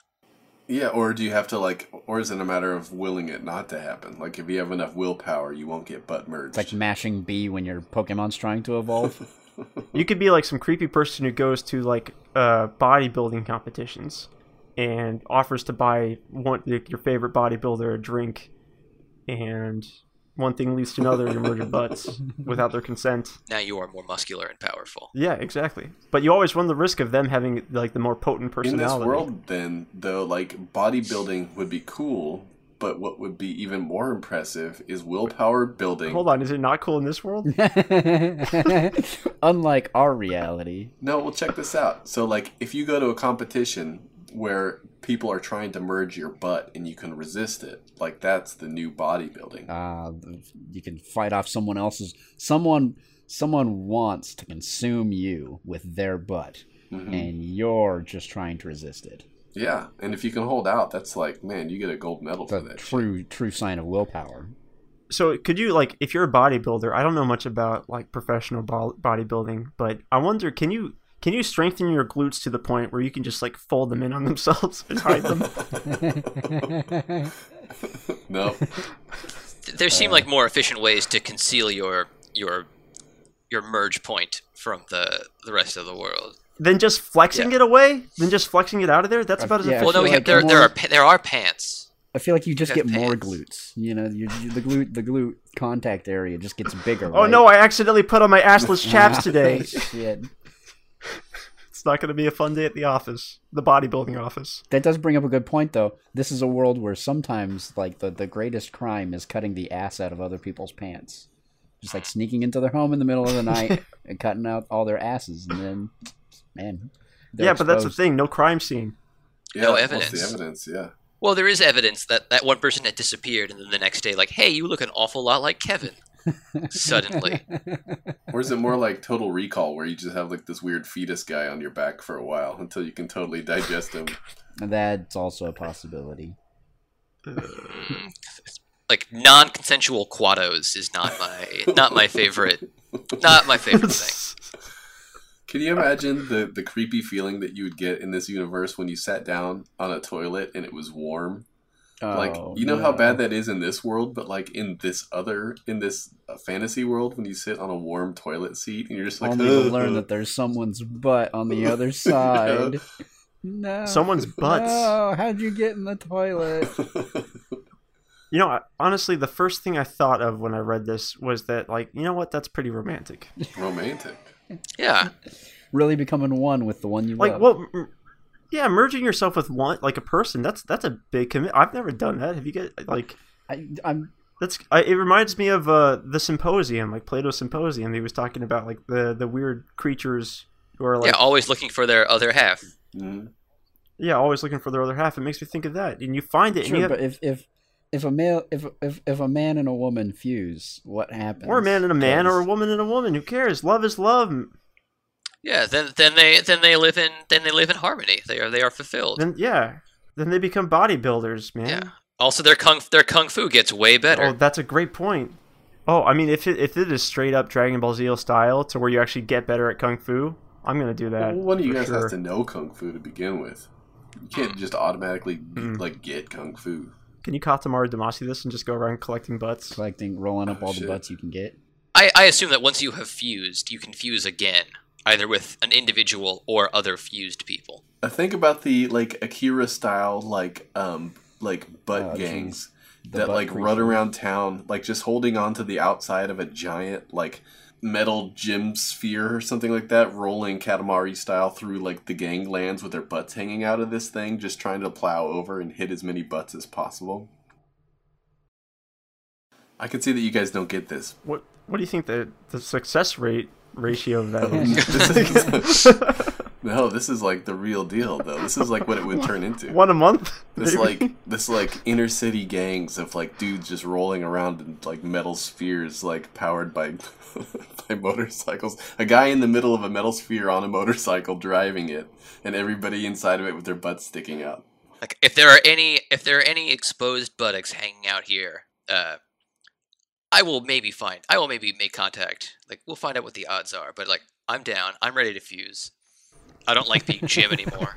Speaker 2: Yeah, or do you have to like, or is it a matter of willing it not to happen? Like, if you have enough willpower, you won't get butt merged.
Speaker 3: It's like mashing B when your Pokemon's trying to
Speaker 2: *laughs*
Speaker 3: evolve. *laughs*
Speaker 4: You could be like some creepy person who goes to like uh, bodybuilding competitions and offers to buy one like, your favorite bodybuilder a drink, and one thing leads to another, and you murder butts without their consent.
Speaker 5: Now you are more muscular and powerful.
Speaker 4: Yeah, exactly. But you always run the risk of them having like the more potent
Speaker 2: in
Speaker 4: personality.
Speaker 2: this world, then though, like bodybuilding would be cool, but what would be even more impressive is willpower building.
Speaker 4: Hold on, is it not cool in this world?
Speaker 3: Unlike our reality,
Speaker 2: No, well, check this out. So, like, if you go to a competition where people are trying to merge your butt and you can resist it, like that's the new bodybuilding.
Speaker 3: uh, you can fight off someone else's. Someone, someone wants to consume you with their butt,
Speaker 2: Mhm.
Speaker 5: Mm.
Speaker 3: and you're just trying to resist it.
Speaker 2: Yeah, and if you can hold out, that's like, man, you get a gold medal
Speaker 3: It's
Speaker 2: for
Speaker 3: a
Speaker 2: that. shit.
Speaker 3: true, true sign of willpower.
Speaker 4: So could you like if you're a bodybuilder, I don't know much about like professional bo- bodybuilding, but I wonder can you can you strengthen your glutes to the point where you can just like fold them in on themselves *laughs* and hide them?
Speaker 5: *laughs*
Speaker 2: No,
Speaker 5: Th- There seem like more efficient ways to conceal your your your merge point from the the rest of the world.
Speaker 4: then just flexing
Speaker 5: Yeah.
Speaker 4: it away? Then just flexing it out of there? That's
Speaker 3: Uh,
Speaker 4: about as
Speaker 3: yeah.
Speaker 4: efficient.
Speaker 5: Well,
Speaker 3: feel
Speaker 5: no, we
Speaker 3: like
Speaker 5: have, there
Speaker 3: I'm
Speaker 5: there
Speaker 3: more-
Speaker 5: are pa- there are pants.
Speaker 3: I feel like you just get
Speaker 5: Just
Speaker 3: more
Speaker 5: pants.
Speaker 3: glutes. You know, you, you, the glute, the glute contact area just gets bigger.
Speaker 4: Oh
Speaker 3: right?
Speaker 4: no, I accidentally put on my assless
Speaker 3: *laughs*
Speaker 4: chaps today.
Speaker 3: Shit.
Speaker 4: it's not going to be a fun day at the office, the bodybuilding office.
Speaker 3: That does bring up a good point, though. This is a world where sometimes, like, the, the greatest crime is cutting the ass out of other people's pants. Just like sneaking into their home in the middle of
Speaker 4: *laughs*
Speaker 3: the night and cutting out all their asses, and then, man. they're
Speaker 4: yeah, but that's the
Speaker 3: exposed.
Speaker 4: thing, no crime scene.
Speaker 2: yeah,
Speaker 5: No
Speaker 2: what's
Speaker 5: evidence.
Speaker 2: the evidence, yeah.
Speaker 5: Well, there is evidence that that one person had disappeared, and then the next day, like, hey, you look an awful lot
Speaker 3: *laughs*
Speaker 5: like Kevin. Suddenly,
Speaker 2: Or is it more like Total Recall, where you just have like this weird fetus guy on your back for a while until you can totally digest him?
Speaker 3: That's also a possibility.
Speaker 5: like non-consensual quados is not my not my favorite not my favorite thing.
Speaker 2: Can you imagine the the creepy feeling that you would get in this universe when you sat down on a toilet and it was warm? like
Speaker 3: Oh,
Speaker 2: you know how
Speaker 3: no.
Speaker 2: bad that is in this world, but like in this other in this uh, fantasy world, when you sit on a warm toilet seat and you're just like,
Speaker 3: Only to
Speaker 2: "Ugh."
Speaker 3: learn that there's someone's butt on the
Speaker 4: *laughs*
Speaker 3: other side. No. *laughs*
Speaker 4: *laughs* Someone's butts.
Speaker 3: No, how'd you get in the toilet?
Speaker 4: You know, I, honestly, the first thing I thought of when I read this was that, like, you know what? That's pretty romantic.
Speaker 2: *laughs* romantic.
Speaker 5: Yeah,
Speaker 3: really becoming one with the one you
Speaker 4: Like,
Speaker 3: love.
Speaker 4: well, m- yeah, merging yourself with one, like a person. That's that's a big commit. I've never done that. Have you get like
Speaker 3: I, I'm
Speaker 4: that's? I, it reminds me of uh, the symposium, like Plato's symposium. He was talking about like the the weird creatures who are like
Speaker 5: yeah,
Speaker 4: yeah,
Speaker 5: always looking for their other half.
Speaker 2: Mhm.
Speaker 4: always looking for their other half. It makes me think of that. And you find it, and
Speaker 3: sure,
Speaker 4: you have,
Speaker 3: but if if if a male if if if a man and a woman fuse, what happens?
Speaker 4: or a man and a man, or a
Speaker 3: Because-
Speaker 4: woman and a woman. Who cares? Love is love.
Speaker 5: Yeah, then then they then they live in then they live in harmony. They are they are fulfilled.
Speaker 4: Then yeah, then they become bodybuilders, man.
Speaker 5: Yeah. Also, their kung their kung fu gets way better.
Speaker 4: Oh, that's a great point. Oh, I mean, if it, if it is straight up Dragon Ball Z style to where you actually get better at kung fu, I'm gonna do that.
Speaker 2: Well, one of you
Speaker 4: for
Speaker 2: guys
Speaker 4: sure.
Speaker 2: has to know kung fu to begin with. You can't just automatically
Speaker 3: Mm.
Speaker 2: like get kung fu.
Speaker 4: Can you Katamari Damacy this and just go around collecting butts?
Speaker 3: collecting, rolling up
Speaker 2: Oh,
Speaker 3: all the
Speaker 2: shit.
Speaker 3: butts you can get.
Speaker 5: I, I assume that once you have fused, you can fuse again. either with an individual or other fused people.
Speaker 2: I think about the like Akira style like um like butt
Speaker 3: Oh, geez.
Speaker 2: gangs
Speaker 3: The
Speaker 2: that
Speaker 3: butt
Speaker 2: like
Speaker 3: creature.
Speaker 2: run
Speaker 3: *laughs*
Speaker 2: around town like just holding on to the outside of a giant like metal gym sphere or something like that rolling katamari style through like the ganglands with their butts hanging out of this thing just trying to plow over and hit as many butts as possible i can see that you guys don't get this
Speaker 4: What What do you think the the success rate ratio of *laughs* that
Speaker 2: *laughs* This
Speaker 4: is?
Speaker 2: is- no this is like the real deal though this is like what it would turn into
Speaker 4: One a month. *laughs*
Speaker 2: This
Speaker 4: maybe?
Speaker 2: like this like inner city gangs of like dudes just rolling around in like metal spheres like powered by *laughs* by motorcycles. A guy in the middle of a metal sphere on a motorcycle driving it, and everybody inside of it with their butts sticking out.
Speaker 5: Like if there are any if there are any exposed buttocks hanging out here, uh, I will maybe find I will maybe make contact. Like we'll find out what the odds are. But like I'm down. I'm ready to fuse. I don't like being Jim anymore.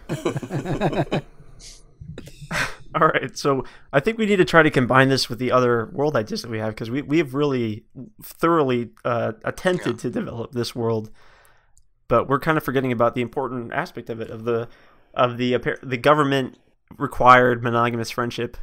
Speaker 4: All right, so I think we need to try to combine this with the other world ideas that we have because we we've really thoroughly uh, attempted to develop this world, but we're kind of forgetting about the important aspect of it of the of the appar- the government required monogamous friendship.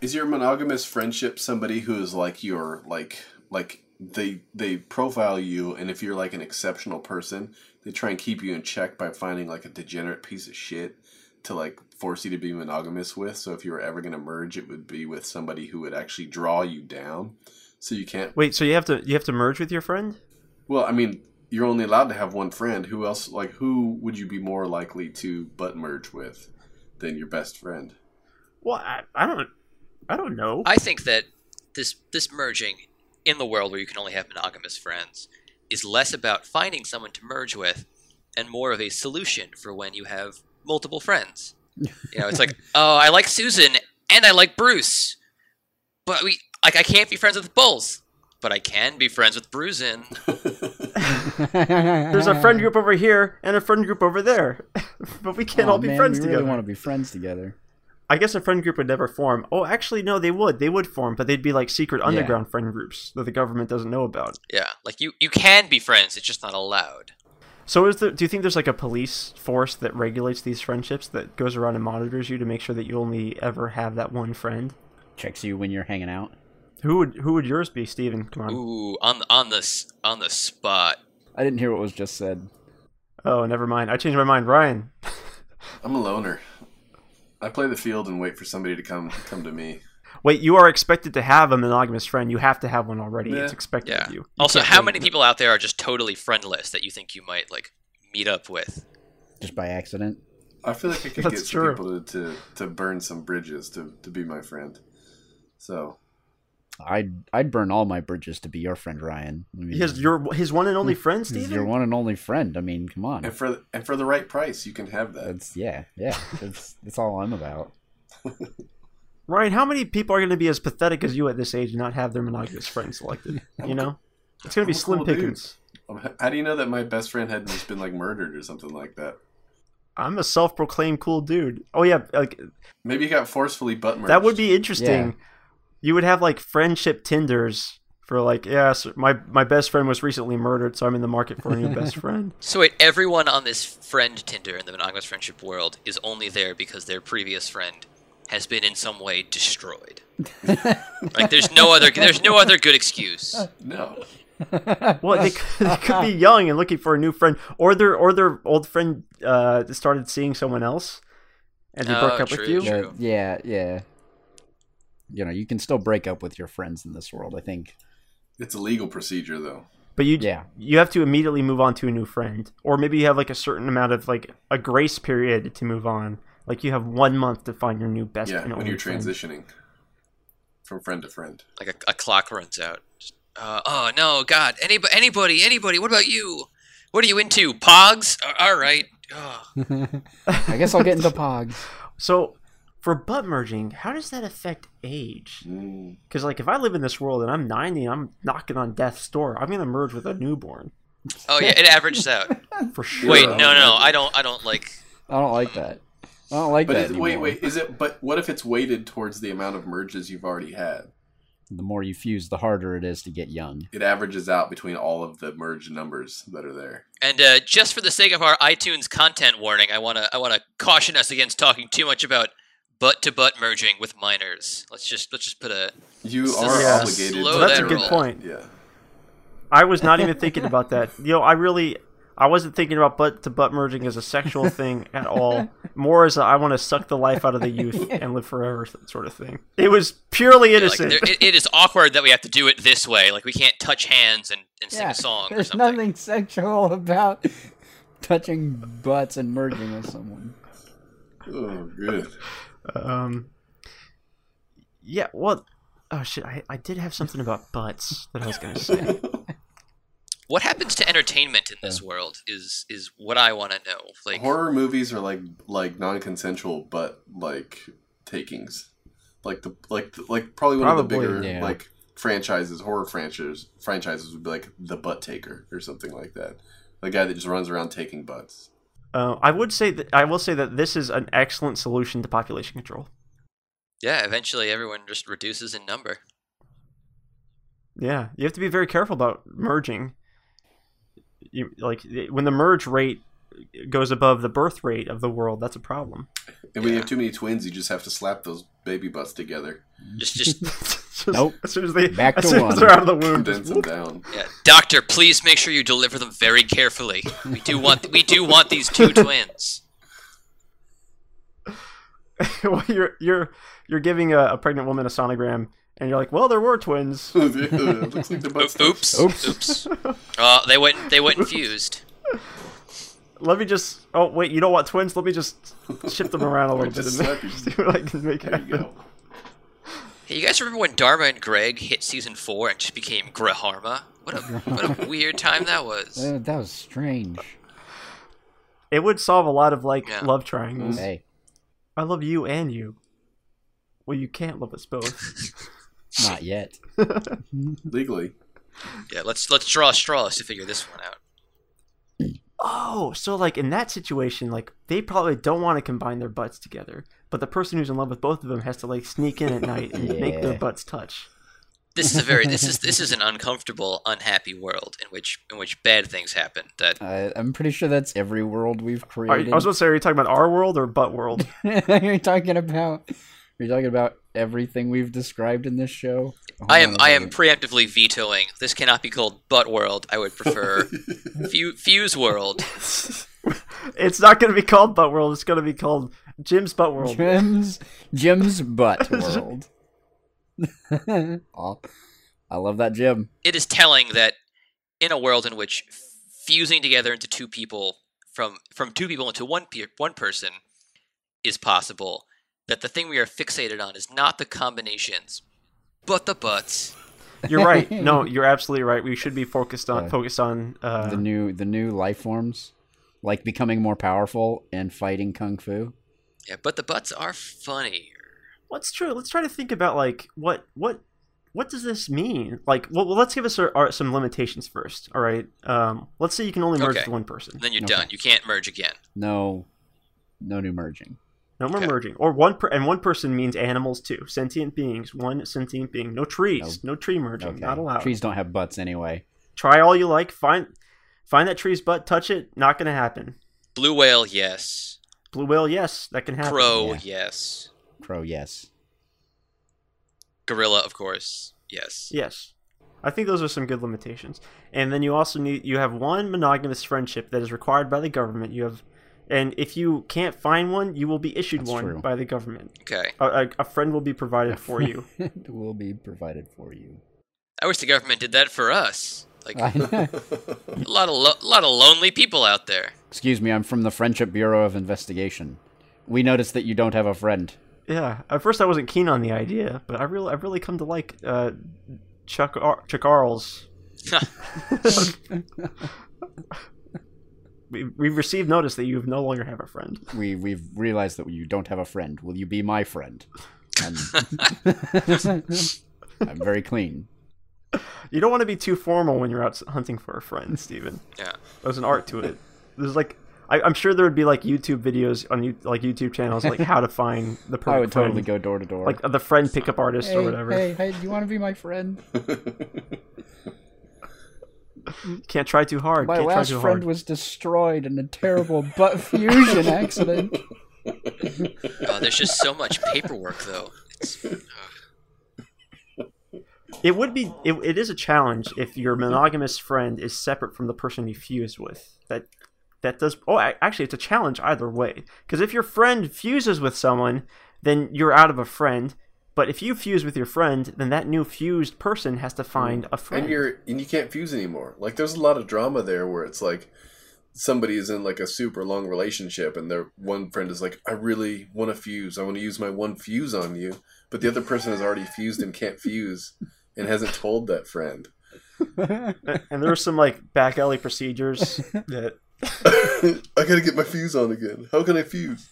Speaker 2: Is your monogamous friendship somebody who is like your like like they they profile you, and if you're like an exceptional person, they try and keep you in check by finding like a degenerate piece of shit to like force you to be monogamous with. So if you were ever going to merge, it would be with somebody who would actually draw you down. So you can't.
Speaker 4: Wait, so you have to you have to merge with your friend?
Speaker 2: Well, I mean, you're only allowed to have one friend. Who else? Like, who would you be more likely to butt merge with than your best friend?
Speaker 4: Well, I, I don't I don't know.
Speaker 5: I think that this this merging in the world where you can only have monogamous friends is less about finding someone to merge with and more of a solution for when you have multiple friends. You know,
Speaker 4: *laughs*
Speaker 5: it's like, oh, I like Susan and I like Bruce. But we like I can't be friends with both. But I can be friends with Bruisin.
Speaker 4: There's a friend group over here and a friend group over there, *laughs* but we can't all be friends
Speaker 3: we
Speaker 4: together.
Speaker 3: really want to be friends together.
Speaker 4: I guess a friend group would never form. Oh, actually, no, they would. They would form, but they'd be like secret underground friend groups that the government doesn't know about.
Speaker 5: Yeah, like you you can be friends, it's just not allowed.
Speaker 4: So, is there, do you think there's like a police force that regulates these friendships that goes around and monitors you to make sure that you only ever have that one friend?
Speaker 3: Checks you when you're hanging out.
Speaker 4: Who would who would yours be, Steven? Come on.
Speaker 5: Ooh, on the on the s- on the spot.
Speaker 3: I didn't hear what was just said.
Speaker 4: Oh, never mind. I changed my mind. Ryan.
Speaker 2: I'm a loner. I play the field and wait for somebody to come come to me.
Speaker 4: Wait, you are expected to have a monogamous friend. You have to have one already.
Speaker 2: Yeah.
Speaker 4: It's expected
Speaker 5: Yeah.
Speaker 4: of you. You
Speaker 5: Also,
Speaker 4: can't
Speaker 5: how
Speaker 4: really-
Speaker 5: many people out there are just totally friendless that you think you might like meet up with?
Speaker 3: Just by accident.
Speaker 2: I feel like I could
Speaker 4: *laughs* That's
Speaker 2: get some
Speaker 4: true.
Speaker 2: people to, to, to burn some bridges to, to be my friend. So
Speaker 3: I'd I'd burn all my bridges to be your friend, Ryan. I mean,
Speaker 4: His your his one and only friend,
Speaker 3: he's
Speaker 4: Steven?
Speaker 3: your one and only friend. I mean, come on.
Speaker 2: and for and for the right price, you can have that.
Speaker 3: That's yeah, yeah. That's that's all I'm about.
Speaker 4: Ryan, how many people are going to be as pathetic as you at this age and not have their monogamous friend selected? You know, it's going to be
Speaker 2: I'm a
Speaker 4: slim
Speaker 2: cool dude.
Speaker 4: pickings.
Speaker 2: Um, How do you know that my best friend hadn't just been like murdered or something like that?
Speaker 4: I'm a self-proclaimed cool dude. Oh yeah, like
Speaker 2: Maybe he got forcefully butt merged.
Speaker 4: that would be interesting. You would have like friendship tinders for like, yeah, so my my best friend was recently murdered, so I'm in the market for a
Speaker 2: *laughs*
Speaker 4: new best friend.
Speaker 5: So wait, everyone on this friend Tinder in the monogamous friendship world is only there because their previous friend has been in some way destroyed. like there's no other there's no other good excuse.
Speaker 2: no. *laughs*
Speaker 4: Well, they, could- they could be young and looking for a new friend, or their or their old friend uh, started seeing someone else, and they broke
Speaker 5: Oh,
Speaker 4: up with
Speaker 5: true,
Speaker 4: you.
Speaker 5: true.
Speaker 3: Yeah, yeah, yeah. You know, you can still break up with your friends in this world. I think.
Speaker 4: *laughs*
Speaker 2: It's a legal procedure though.
Speaker 4: But you
Speaker 3: Yeah.
Speaker 4: you have to immediately move on to a new friend, or maybe you have like a certain amount of like a grace period to move on. Like you have one month to find your new best.
Speaker 2: yeah,
Speaker 4: and
Speaker 2: when
Speaker 4: only
Speaker 2: you're
Speaker 4: friend.
Speaker 2: transitioning from friend to friend.
Speaker 5: Like a, a clock runs out. Just, Uh, oh no, God! Anybody, anybody, anybody! What about you? What are you into? Pogs? A- all right. Ugh.
Speaker 3: I guess I'll get into Pogs.
Speaker 4: So for butt merging, how does that affect age?
Speaker 2: Mm.
Speaker 4: Because like if I live in this world and I'm 90, I'm knocking on death's door. I'm gonna merge with a newborn
Speaker 5: Oh yeah, it averages out.
Speaker 4: for sure.
Speaker 5: Wait, no, no, I don't, I don't like.
Speaker 3: I don't like that. I don't like
Speaker 2: But
Speaker 3: that.
Speaker 2: is, wait,
Speaker 3: anymore.
Speaker 2: wait, is it? But what if it's weighted towards the amount of merges you've already had?
Speaker 3: The more you fuse, the harder it is to get young.
Speaker 2: It averages out between all of the merged numbers that are there.
Speaker 5: And uh, just for the sake of our iTunes content warning, I wanna I wanna caution us against talking too much about butt to butt merging with minors. Let's just let's just put a
Speaker 2: You
Speaker 5: This
Speaker 2: are
Speaker 5: is
Speaker 2: obligated.
Speaker 5: slow
Speaker 2: to
Speaker 5: Well,
Speaker 4: that's a
Speaker 5: that
Speaker 4: good
Speaker 5: roll.
Speaker 4: point.
Speaker 2: Yeah.
Speaker 4: I was not even thinking about that. You know, I really, I wasn't thinking about butt to butt merging as a sexual thing at all. More as a, I want to suck the life out of the youth and live forever th- sort of thing. It was purely
Speaker 5: like
Speaker 4: innocent.
Speaker 5: there, it, it is awkward that we have to do it this way. Like we can't touch hands and, and sing a song or
Speaker 3: there's
Speaker 5: something.
Speaker 3: nothing sexual about touching butts and merging with someone.
Speaker 2: Oh, good.
Speaker 4: *laughs* um, yeah. Well, oh shit. I, I did have something about butts that I was gonna say.
Speaker 5: What happens to entertainment in this world is is what I want to know. Like
Speaker 2: Horror movies are like like non-consensual, but like takings, like the like the, like probably one of the
Speaker 4: Probably,
Speaker 2: bigger
Speaker 3: yeah.
Speaker 2: like franchises, horror franchises franchises would be like the Butt Taker or something like that. The guy that just runs around taking butts.
Speaker 4: Uh, I would say that I will say that this is an excellent solution to population control.
Speaker 5: yeah, eventually everyone just reduces in number.
Speaker 4: Yeah, you have to be very careful about merging. You like when the merge rate goes above the birth rate of the world, that's a problem. *laughs*
Speaker 2: And when you
Speaker 5: Yeah.
Speaker 2: have too many twins, you just have to slap those baby butts together,
Speaker 3: *laughs*
Speaker 5: Just just
Speaker 4: Just
Speaker 3: Nope.
Speaker 4: As soon as they
Speaker 3: Back
Speaker 4: as
Speaker 3: to
Speaker 4: soon
Speaker 3: one.
Speaker 4: as they're out of the
Speaker 2: *laughs*
Speaker 4: womb, *laughs*
Speaker 2: condense
Speaker 4: just,
Speaker 2: them down.
Speaker 5: yeah. Doctor, please make sure you deliver them very carefully. We do want we do want these two twins.
Speaker 4: well, you're you're you're giving a, a pregnant woman a sonogram, and you're like, well, there were twins.
Speaker 2: It looks
Speaker 5: *laughs*
Speaker 2: like the
Speaker 5: O-
Speaker 2: butt stuff.
Speaker 5: Oops. Oops. Oops. Uh, they went they went infused.
Speaker 4: Let me just. Oh wait, you don't want twins? Let me just shift
Speaker 2: *laughs*
Speaker 4: them around a little bit
Speaker 2: just
Speaker 4: and
Speaker 2: slap you.
Speaker 4: *laughs* see what I can make
Speaker 2: *laughs* There you
Speaker 4: happen.
Speaker 2: go.
Speaker 5: Hey, you guys remember when Dharma and Greg hit season four and just became Graharma? What a what a weird time that was.
Speaker 3: Uh, that was strange.
Speaker 4: It would solve a lot of like
Speaker 5: Yeah.
Speaker 4: love triangles.
Speaker 3: Hey,
Speaker 4: I love you and you. Well, you can't love us both.
Speaker 3: not yet.
Speaker 2: Legally,
Speaker 5: Yeah, let's let's draw straws to figure this one out.
Speaker 4: Oh, so like in that situation, like they probably don't want to combine their butts together, but the person who's in love with both of them has to like sneak in at night and make their
Speaker 3: Yeah.
Speaker 4: butts touch.
Speaker 5: This is a very this is this is an uncomfortable, unhappy world in which in which bad things happen. That
Speaker 3: I, I'm pretty sure that's every world we've
Speaker 4: Are, I
Speaker 3: created.
Speaker 4: was about to say, are you talking about our world or
Speaker 3: *laughs*
Speaker 4: butt world?
Speaker 3: you're talking about you're talking about everything we've described in this show. Hold
Speaker 5: I
Speaker 3: on
Speaker 5: am
Speaker 3: a
Speaker 5: I am
Speaker 3: second.
Speaker 5: preemptively vetoing. This cannot be called butt world. I would prefer fu- fuse world.
Speaker 4: it's not going to be called butt world. It's going to be called Jim's butt world.
Speaker 3: Jim's Jim's
Speaker 4: *laughs*
Speaker 3: butt world. *laughs* Aw, I love that Jim.
Speaker 5: It is telling that in a world in which fusing together into two people from from two people into one pe- one person is possible, that the thing we are fixated on is not the combinations, but the butts.
Speaker 3: *laughs*
Speaker 4: You're right. No, you're absolutely right. We should be focused on
Speaker 3: Yeah.
Speaker 4: focused on uh,
Speaker 3: The new the new life forms, like becoming more powerful and fighting kung fu.
Speaker 5: Yeah, but the butts are funny.
Speaker 4: What's true? Let's try to think about like what what what does this mean? Like, well, well, let's give us our, our, some limitations first. All right. Um, let's say you can only merge
Speaker 5: Okay.
Speaker 4: with one person.
Speaker 5: Then you're
Speaker 3: Okay.
Speaker 5: done. You can't merge again.
Speaker 3: No, no new merging.
Speaker 4: No more
Speaker 5: Okay.
Speaker 4: merging. Or one per- and one person means animals too. Sentient beings. One sentient being. No trees. No, tree merging.
Speaker 3: Okay.
Speaker 4: Not allowed.
Speaker 3: Trees don't have butts anyway.
Speaker 4: Try all you like. Find find that tree's butt. Touch it. Not gonna happen.
Speaker 5: Blue whale, yes.
Speaker 4: Blue whale. Yes, that can happen.
Speaker 5: Crow,
Speaker 3: yeah.
Speaker 5: yes.
Speaker 3: Crow, yes.
Speaker 5: Gorilla, of course, yes.
Speaker 4: Yes. I think those are some good limitations. And then you also need you have one monogamous friendship that is required by the government. You have and if you can't find one, you will be issued
Speaker 3: That's
Speaker 4: one
Speaker 3: true.
Speaker 4: by the government.
Speaker 5: Okay.
Speaker 4: A, a, a friend will be provided for you.
Speaker 3: *laughs* It will be provided for
Speaker 4: *laughs*
Speaker 3: you.
Speaker 5: I wish the government did that for us.
Speaker 3: *laughs*
Speaker 5: Like a
Speaker 3: I know.
Speaker 5: lot of lo- lot of lonely people out there.
Speaker 3: Excuse me, I'm from the Friendship Bureau of Investigation. We noticed that you don't have a friend.
Speaker 4: Yeah. At first, I wasn't keen on the idea, but I really I've really come to like uh, Chuck Ar-
Speaker 3: *laughs*
Speaker 4: Chuck Arles. we we've received notice that you no longer have a friend.
Speaker 3: We we've realized that you don't have a friend. Will you be my friend? I'm, *laughs* I'm very clean.
Speaker 4: You don't want to be too formal when you're out s- hunting for a friend, Steven.
Speaker 5: Yeah.
Speaker 4: There's an art to it. There's like I, I'm sure there would be like YouTube videos on you, like YouTube channels like how to find the
Speaker 3: *laughs*
Speaker 4: perfect
Speaker 3: I would totally
Speaker 4: friend.
Speaker 3: go door to door.
Speaker 4: like the friend pickup artist
Speaker 3: hey,
Speaker 4: or whatever.
Speaker 3: Hey, hey, do you want to be my
Speaker 4: *laughs*
Speaker 3: friend?
Speaker 4: Can't try too hard.
Speaker 3: My
Speaker 4: Can't try
Speaker 3: last
Speaker 4: too
Speaker 3: friend
Speaker 4: hard.
Speaker 3: was destroyed in a terrible butt fusion accident.
Speaker 5: Oh, there's just so much paperwork, though. It's,
Speaker 4: It would be. It, it is a challenge if your monogamous friend is separate from the person you fuse with. That that does. Oh, a- actually, it's a challenge either way. Because if your friend fuses with someone, then you're out of a friend. But if you fuse with your friend, then that new fused person has to find *laughs* a friend.
Speaker 2: and you're and you can't fuse anymore. Like there's a lot of drama there where it's like somebody is in like a super long relationship and their one friend is like, I really want to fuse. I want to use my one fuse on you, but the other person has already fused and can't fuse and hasn't told that friend. *laughs*
Speaker 4: and there are some like back alley procedures that
Speaker 2: I gotta get my fuse on again. How can I fuse?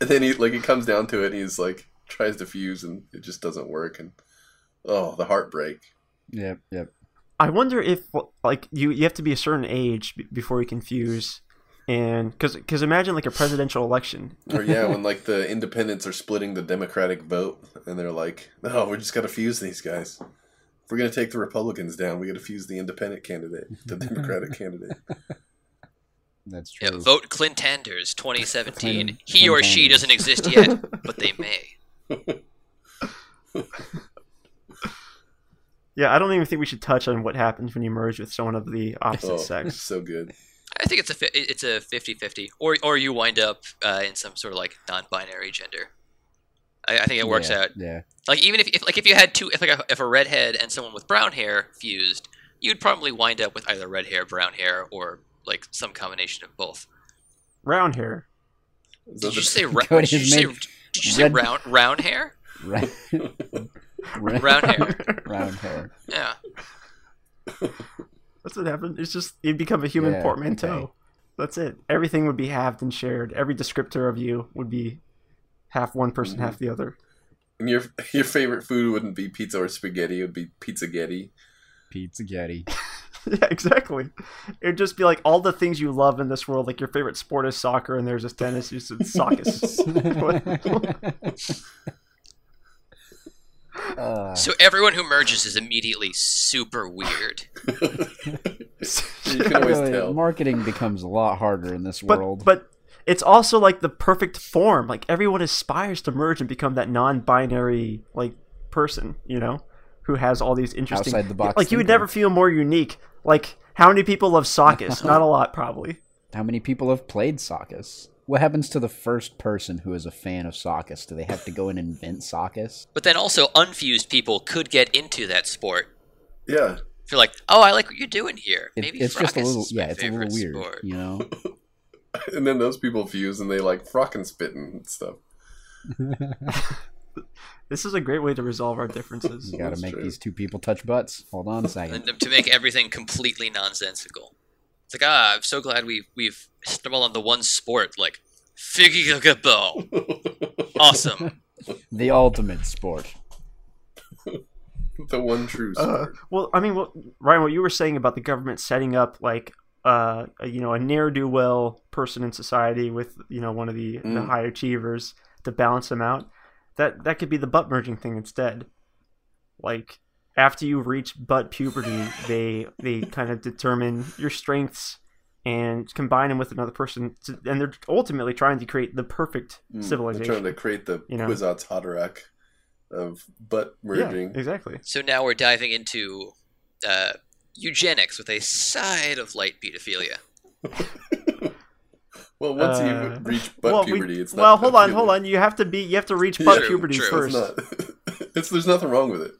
Speaker 2: And then he like it comes down to it, and he's like tries to fuse, and it just doesn't work. And oh, the heartbreak.
Speaker 3: yep, yep.
Speaker 4: I wonder if like you you have to be a certain age b- before you can fuse, and because because imagine like a presidential election.
Speaker 2: Or
Speaker 4: *laughs*
Speaker 2: yeah, when like the independents are splitting the Democratic vote, and they're like, "No, we just gotta fuse these guys. If we're gonna take the Republicans down, we gotta fuse the independent candidate, the
Speaker 4: *laughs*
Speaker 2: Democratic candidate."
Speaker 3: That's true.
Speaker 5: yeah, vote Clintanders 2017.
Speaker 3: Clin-
Speaker 5: he or she
Speaker 3: Clintanders.
Speaker 5: doesn't exist
Speaker 3: *laughs*
Speaker 5: yet, but they may.
Speaker 4: Yeah, I don't even think we should touch on what happens when you merge with someone of the opposite
Speaker 2: Oh,
Speaker 4: sex.
Speaker 2: so good.
Speaker 5: I think it's a fi- it's a 50-50. or or you wind up uh, in some sort of like non-binary gender. I, I think it works
Speaker 3: yeah,
Speaker 5: out.
Speaker 3: Yeah. *laughs*
Speaker 5: Like even if, if like if you had two, if like a, if a redhead and someone with brown hair fused, you'd probably wind up with either red hair, brown hair, or like some combination of both.
Speaker 4: Round hair.
Speaker 2: So
Speaker 5: Did you
Speaker 3: *laughs*
Speaker 2: the-
Speaker 5: say ra-
Speaker 3: Cody
Speaker 5: did you
Speaker 3: has
Speaker 5: say,
Speaker 3: made
Speaker 5: did you say
Speaker 3: red-
Speaker 5: round round hair?
Speaker 3: Right. Right.
Speaker 5: Round
Speaker 3: *laughs*
Speaker 5: hair.
Speaker 3: Round hair.
Speaker 5: Yeah.
Speaker 4: *laughs* That's what happened. It's just you become a human
Speaker 3: Yeah,
Speaker 4: portmanteau.
Speaker 3: okay.
Speaker 4: That's it. Everything would be halved and shared. Every descriptor of you would be half one person, half the other.
Speaker 2: *laughs*
Speaker 4: *laughs*
Speaker 2: and your your favorite food wouldn't be pizza or spaghetti; it would be pizza
Speaker 4: *laughs*
Speaker 2: getty.
Speaker 3: Pizza Getty.
Speaker 4: Yeah, exactly. It would just be like all the things you love in this world, like your favorite sport is soccer, and there's this tennis, you said sockers.
Speaker 5: *laughs*
Speaker 3: Uh,
Speaker 5: So everyone who merges is immediately super weird.
Speaker 4: *laughs*
Speaker 2: You can always
Speaker 3: really,
Speaker 2: tell.
Speaker 3: marketing becomes a lot harder in this
Speaker 4: but,
Speaker 3: world.
Speaker 4: But it's also like the perfect form. Like everyone aspires to merge and become that non-binary like person, you know, who has all these interesting
Speaker 3: Outside the box
Speaker 4: Like you would
Speaker 3: thinking.
Speaker 4: never feel more unique. Like how many
Speaker 3: *laughs*
Speaker 4: people love Sockis? Not a lot, probably.
Speaker 3: How many people have played Sockus? What happens to the first person who is a fan of Sockus? Do they have to go and invent Sockus?
Speaker 5: But then also unfused people could get into that sport.
Speaker 2: Yeah,
Speaker 5: If you're like, oh, I like what you're doing here.
Speaker 3: It,
Speaker 5: Maybe
Speaker 3: it's just a
Speaker 5: Fracas
Speaker 3: little,
Speaker 5: is my
Speaker 3: yeah, it's a little
Speaker 5: favorite
Speaker 3: weird,
Speaker 5: sport.
Speaker 3: you
Speaker 2: *laughs*
Speaker 3: know.
Speaker 2: and then those people fuse and they like frock and spit and stuff.
Speaker 4: This is a great way to resolve our differences.
Speaker 3: *laughs* You got to
Speaker 2: That's
Speaker 3: make
Speaker 2: true.
Speaker 3: these two people touch butts. Hold
Speaker 5: *laughs*
Speaker 3: on a second.
Speaker 5: And to make everything completely nonsensical. It's like, ah, I'm so glad we we've stumbled on the one sport like figgy
Speaker 3: *laughs*
Speaker 5: ball. Awesome.
Speaker 3: The ultimate
Speaker 2: *laughs*
Speaker 3: sport.
Speaker 2: The one true. mm,
Speaker 4: Uh,
Speaker 2: story.
Speaker 4: well, I mean, what, Ryan, what you were saying about the government setting up like uh, a, you know a ne'er do well person in society with you know one of the, the
Speaker 2: Mm.
Speaker 4: high achievers to balance them out, that that could be the butt merging thing instead. Like after you reach butt puberty, they they kind of determine your strengths and combine them with another person, to, and they're ultimately trying to create the perfect
Speaker 2: Mm,
Speaker 4: civilization.
Speaker 2: They're trying to create the
Speaker 4: you know?
Speaker 2: Kwisatz Haderach of butt merging.
Speaker 4: Yeah, exactly.
Speaker 5: so now we're diving into uh, eugenics with a side of light pedophilia.
Speaker 2: Well, once
Speaker 4: Uh,
Speaker 2: you reach butt
Speaker 4: well, we-
Speaker 2: puberty, it's not.
Speaker 4: well, hold on,
Speaker 2: pedophilia.
Speaker 4: hold on. You have to be, you have to reach butt
Speaker 5: True,
Speaker 4: puberty
Speaker 5: true.
Speaker 4: first.
Speaker 2: It's not. *laughs* it's there's nothing wrong with it.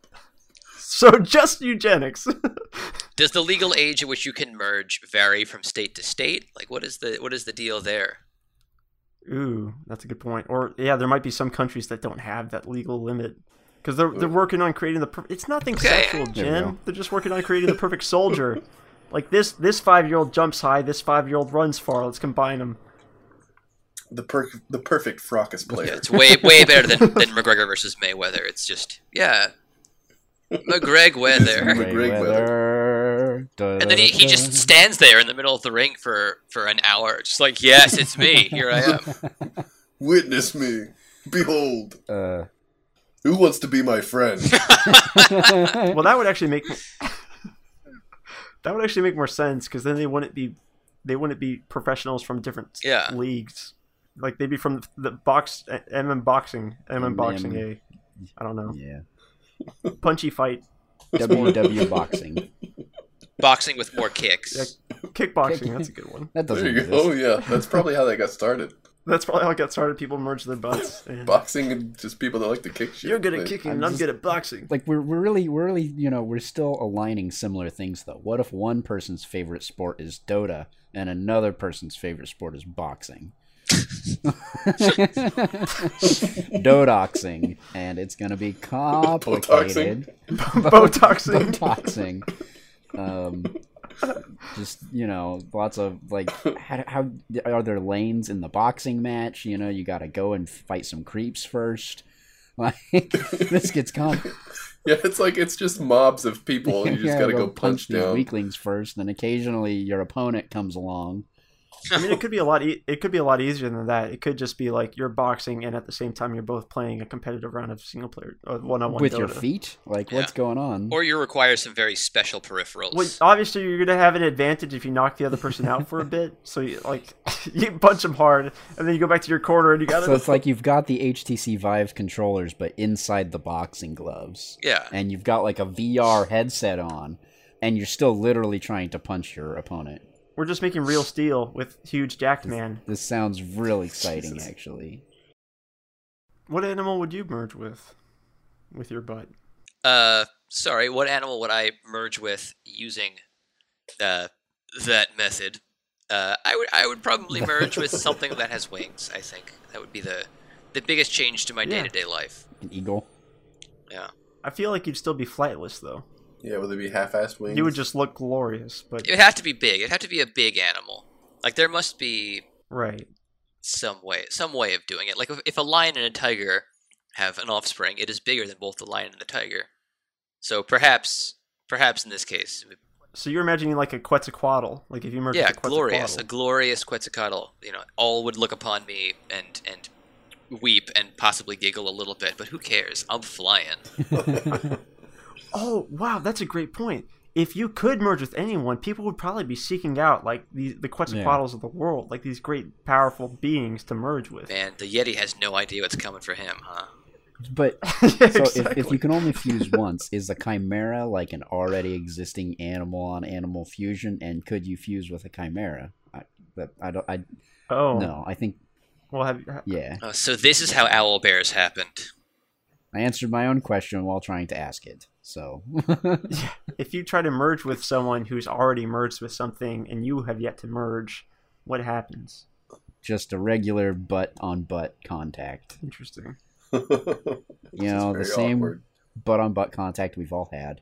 Speaker 4: So *laughs* just eugenics. *laughs*
Speaker 5: Does the legal age at which you can merge vary from state to state? Like, what is the what is the deal there?
Speaker 4: Ooh, that's a good point. Or yeah, there might be some countries that don't have that legal limit because they're they're working on creating the. Per- it's nothing
Speaker 5: Okay.
Speaker 4: sexual,
Speaker 3: we
Speaker 4: Jim.
Speaker 3: go.
Speaker 4: They're just working on creating the perfect
Speaker 3: *laughs*
Speaker 4: soldier. like this, this five year old jumps high. This five year old runs far. Let's combine them.
Speaker 2: The per- the perfect fracas player.
Speaker 5: Yeah, it's way way better than, than McGregor versus Mayweather. It's just yeah, McGreg
Speaker 2: It's
Speaker 5: weather.
Speaker 2: Greg Weather.
Speaker 3: Mayweather. here.
Speaker 5: And then he, he just stands there in the middle of the ring for, for an hour, just like, yes, it's me. Here I am.
Speaker 2: Witness me. Behold.
Speaker 3: Uh,
Speaker 2: Who wants to be my friend?
Speaker 4: Well, that would
Speaker 3: *laughs*
Speaker 4: actually make that would actually make more sense because then they wouldn't be they wouldn't be professionals from different
Speaker 5: Yeah.
Speaker 4: leagues. Like they'd be from the box MM boxing, MM boxing a, I don't know,
Speaker 3: yeah.
Speaker 4: punchy fight,
Speaker 3: WW boxing.
Speaker 5: Boxing with more kicks.
Speaker 4: Yeah, kickboxing. That's a good one.
Speaker 3: That *laughs* doesn't
Speaker 2: There you
Speaker 3: exist.
Speaker 2: go. Oh, Yeah, that's probably how they got started.
Speaker 4: That's probably how it got started. People merge their butts.
Speaker 3: *laughs*
Speaker 4: and-
Speaker 2: Boxing and just people that like to kick shit.
Speaker 4: You're good at
Speaker 2: They-
Speaker 4: kicking,
Speaker 3: I'm
Speaker 4: and I'm
Speaker 3: just-
Speaker 4: good at
Speaker 3: *laughs*
Speaker 4: boxing.
Speaker 3: Like we're we're really we're really you know we're still aligning similar things though. What if one person's favorite sport is Dota and another person's favorite sport is boxing? *laughs* Dodoxing, and it's gonna be complicated. *laughs*
Speaker 4: Botoxing. *laughs*
Speaker 3: Botoxing. Um, just you know, lots of like, how, how are there lanes in the boxing match? You know, you got to go and fight some creeps first. *laughs* Like this gets com.
Speaker 2: *laughs* Yeah, it's like it's just mobs of people.
Speaker 3: *laughs*
Speaker 2: and You just
Speaker 3: Yeah,
Speaker 2: gotta go punch
Speaker 3: these
Speaker 2: down.
Speaker 3: weaklings first, then occasionally your opponent comes along.
Speaker 4: I mean, it could be a lot. E- it could be a lot easier than that. It could just be like you're boxing, and at the same time, you're both playing a competitive round of single player or one-on-one
Speaker 3: with
Speaker 4: Dota.
Speaker 3: your feet? Like,
Speaker 5: Yeah.
Speaker 3: what's going on?
Speaker 5: Or you require some very special peripherals.
Speaker 4: Well, obviously, you're gonna have an advantage if you knock the other person out
Speaker 3: *laughs*
Speaker 4: for a bit. So, you, like, *laughs* you punch them hard, and then you go back to your corner, and you got
Speaker 3: so
Speaker 4: to
Speaker 3: it's like you've got the HTC Vive controllers, but inside the boxing gloves,
Speaker 5: yeah.
Speaker 3: and you've got like a VR headset on, and you're still literally trying to punch your opponent.
Speaker 4: We're just making real steel with huge jacked man.
Speaker 3: This sounds real
Speaker 5: *laughs*
Speaker 3: exciting, actually.
Speaker 4: What animal would you merge with, with your butt?
Speaker 5: Uh, sorry, what animal would I merge with using uh, that method? Uh, I would I would probably merge with something that has wings. I think that would be the the biggest change to my
Speaker 4: Yeah.
Speaker 5: day to day life.
Speaker 3: An eagle.
Speaker 5: Yeah,
Speaker 4: I feel like you'd still be flightless though.
Speaker 2: Yeah, would they be half-assed wings?
Speaker 4: You
Speaker 2: *laughs*
Speaker 4: would just look glorious, but
Speaker 5: it would have to be big. It'd have to be a big animal. Like there must be
Speaker 4: right.
Speaker 5: some way some way of doing it. Like if, if a lion and a tiger have an offspring, it is bigger than both the lion and the tiger. So perhaps perhaps in this case,
Speaker 4: So you're imagining like a Quetzalcoatl, like if you merged
Speaker 5: yeah,
Speaker 4: with a
Speaker 5: glorious, a
Speaker 4: Quetzalcoatl.
Speaker 5: glorious Quetzalcoatl. You know, all would look upon me and and weep and possibly giggle a little bit, but who cares? I'm flying.
Speaker 4: Oh wow, that's a great point. If you could merge with anyone, people would probably be seeking out like the the Quetzalcoatls of the world, like these great powerful beings to merge with. *laughs*
Speaker 5: Man, the Yeti has no idea what's coming for him, huh?
Speaker 3: But
Speaker 4: Yeah, *laughs*
Speaker 3: so if, if
Speaker 4: exactly.
Speaker 3: you can only fuse once, is the chimera like an already existing animal on animal fusion, and could you fuse with a chimera? I, that, I don't. I
Speaker 4: oh
Speaker 3: no. I think
Speaker 4: well, have you,
Speaker 3: yeah.
Speaker 5: Oh, so this is how owl bears happened.
Speaker 3: I answered my own question while trying to ask it. So *laughs*
Speaker 4: if you try to merge with someone who's already merged with something and you have yet to merge, what happens?
Speaker 3: just a regular butt on butt contact.
Speaker 4: Interesting.
Speaker 3: You know, the
Speaker 2: Very
Speaker 3: same
Speaker 2: awkward.
Speaker 3: butt on butt contact we've all had.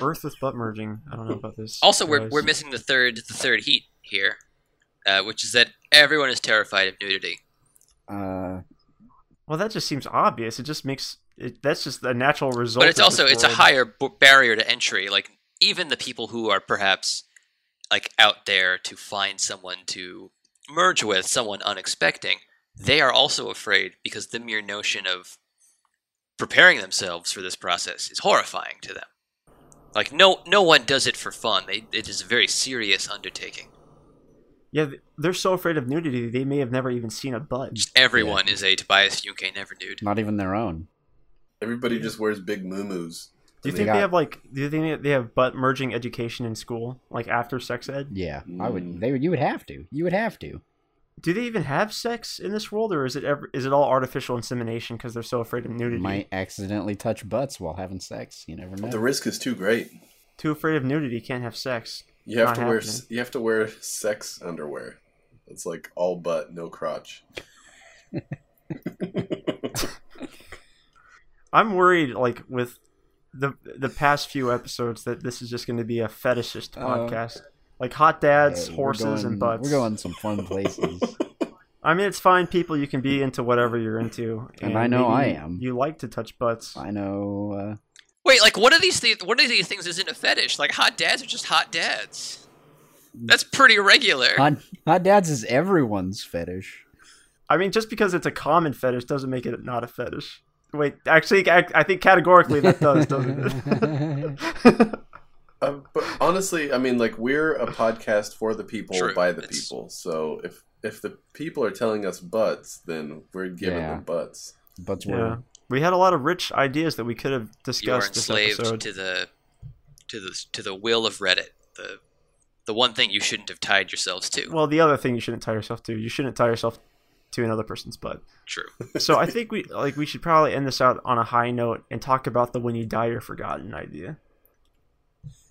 Speaker 4: Earth with butt merging. I don't know about this.
Speaker 5: Also, we're
Speaker 4: guys.
Speaker 5: we're missing the third the third heat here, uh, which is that everyone is terrified of nudity.
Speaker 3: Uh,
Speaker 4: Well, that just seems obvious. It just makes it, that's just a natural result.
Speaker 5: But it's
Speaker 4: of
Speaker 5: also
Speaker 4: this
Speaker 5: it's a
Speaker 4: world.
Speaker 5: higher b- barrier to entry. Like even the people who are perhaps like out there to find someone to merge with, someone unexpecting, they are also afraid because the mere notion of preparing themselves for this process is horrifying to them. Like no no one does it for fun. They, it is a very serious undertaking.
Speaker 4: Yeah, th- they're so afraid of nudity they may have never even seen a butt.
Speaker 5: Just everyone is a Tobias Funke never nude.
Speaker 3: not even their own.
Speaker 2: Everybody just wears big muumuus.
Speaker 4: Do you
Speaker 3: They
Speaker 4: think
Speaker 3: got-
Speaker 4: they have like? Do you think they have butt merging education in school, like after sex ed?
Speaker 3: Yeah, I
Speaker 2: Mm.
Speaker 4: Hmm.
Speaker 3: would. They would. You would have to. You would have to.
Speaker 4: Do they even have sex in this world, or is it ever, is it all artificial insemination because they're so afraid of nudity?
Speaker 3: Might accidentally touch butts while having sex. You never know.
Speaker 2: The risk is too great.
Speaker 4: Too afraid of nudity, can't have sex.
Speaker 2: You have
Speaker 4: Not
Speaker 2: to wear
Speaker 4: happening.
Speaker 2: s you have to wear sex underwear. It's like all butt, no crotch.
Speaker 4: I'm worried, like with the the past few episodes, that this is just going to be a fetishist
Speaker 3: Oh.
Speaker 4: podcast, like hot dads,
Speaker 3: Hey, we're
Speaker 4: horses, and
Speaker 3: going-
Speaker 4: butts.
Speaker 3: We're going some fun places.
Speaker 4: *laughs* I mean, it's fine, people. You can be into whatever you're into,
Speaker 3: And I know
Speaker 4: maybe
Speaker 3: I am.
Speaker 4: You like to touch butts.
Speaker 3: I know.
Speaker 5: Wait, like one of these thi- one of these things isn't a fetish. Like hot dads are just hot dads. That's pretty regular.
Speaker 3: uh, Hot, hot dads is everyone's fetish.
Speaker 4: I mean, just because it's a common fetish doesn't make it not a fetish. Wait, actually, I, I think categorically that
Speaker 3: *laughs*
Speaker 4: does, *laughs* doesn't it?
Speaker 2: Um, but honestly, I mean, like we're a podcast for the people
Speaker 5: True,
Speaker 2: by the
Speaker 5: it's-
Speaker 2: people. So if if the people are telling us butts, then we're giving
Speaker 3: Yeah.
Speaker 2: them
Speaker 5: *laughs*
Speaker 2: butts.
Speaker 3: But
Speaker 4: yeah.
Speaker 3: we're
Speaker 4: We had a lot of rich ideas that we could have
Speaker 5: you are
Speaker 4: discussed this
Speaker 5: enslaved
Speaker 4: episode.
Speaker 5: to the to the to the will of Reddit. The the one thing you shouldn't have tied yourselves to.
Speaker 4: Well, the other thing you shouldn't tie yourself to, you shouldn't tie yourself to another person's butt.
Speaker 5: True.
Speaker 4: So I think we like we should probably end this out on a high note and talk about the when you die you're forgotten idea.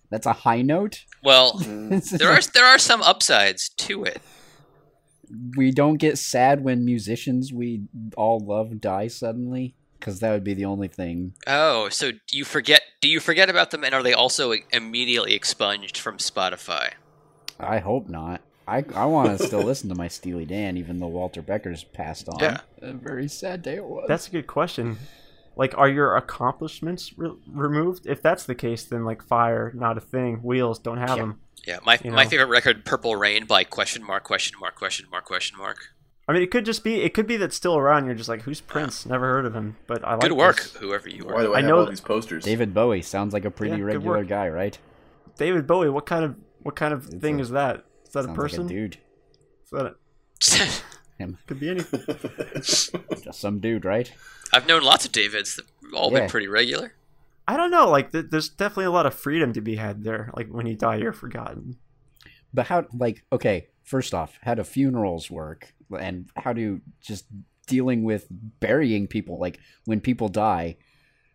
Speaker 3: that's a high note.
Speaker 5: Well, there are there are some upsides to it.
Speaker 3: *laughs* we don't get sad when musicians we all love die suddenly because that would be the only thing.
Speaker 5: Oh, so you forget? Do you forget about them, and are they also immediately expunged from Spotify?
Speaker 3: I hope not. I I want to still listen to my Steely Dan, even though Walter Becker's passed on.
Speaker 5: Yeah.
Speaker 3: a very sad day it was.
Speaker 4: That's a good question. Like, are your accomplishments re- removed? If that's the case, then like fire, not a thing. Wheels don't have
Speaker 3: Yeah.
Speaker 4: them.
Speaker 5: Yeah, my
Speaker 4: You
Speaker 5: my
Speaker 4: know.
Speaker 5: favorite record, Purple Rain, by question mark question mark question mark question mark.
Speaker 4: I mean, it could just be it could be that's still around. You're just like, who's Prince? Never heard of him, but I like
Speaker 5: Good work,
Speaker 4: this.
Speaker 5: whoever you
Speaker 2: Why
Speaker 5: are.
Speaker 2: do I,
Speaker 4: I
Speaker 2: have
Speaker 4: know
Speaker 2: all
Speaker 4: that-
Speaker 2: these posters?
Speaker 3: David Bowie sounds like a pretty
Speaker 4: Yeah, good
Speaker 3: regular
Speaker 4: work.
Speaker 3: guy, right?
Speaker 4: David Bowie. What kind of what kind of
Speaker 3: It's
Speaker 4: thing
Speaker 3: a-
Speaker 4: is that? Is that a
Speaker 3: sounds
Speaker 4: person?
Speaker 3: like a dude,
Speaker 4: Is that a,
Speaker 5: *laughs*
Speaker 4: could be anything.
Speaker 3: just some dude, right?
Speaker 5: I've known lots of Davids. They've all
Speaker 3: Yeah.
Speaker 5: been pretty regular.
Speaker 4: I don't know. Like, th- there's definitely a lot of freedom to be had there. Like, when you die, you're forgotten.
Speaker 3: But how? Like, okay, first off, how do funerals work, and how do just dealing with burying people? Like when people die,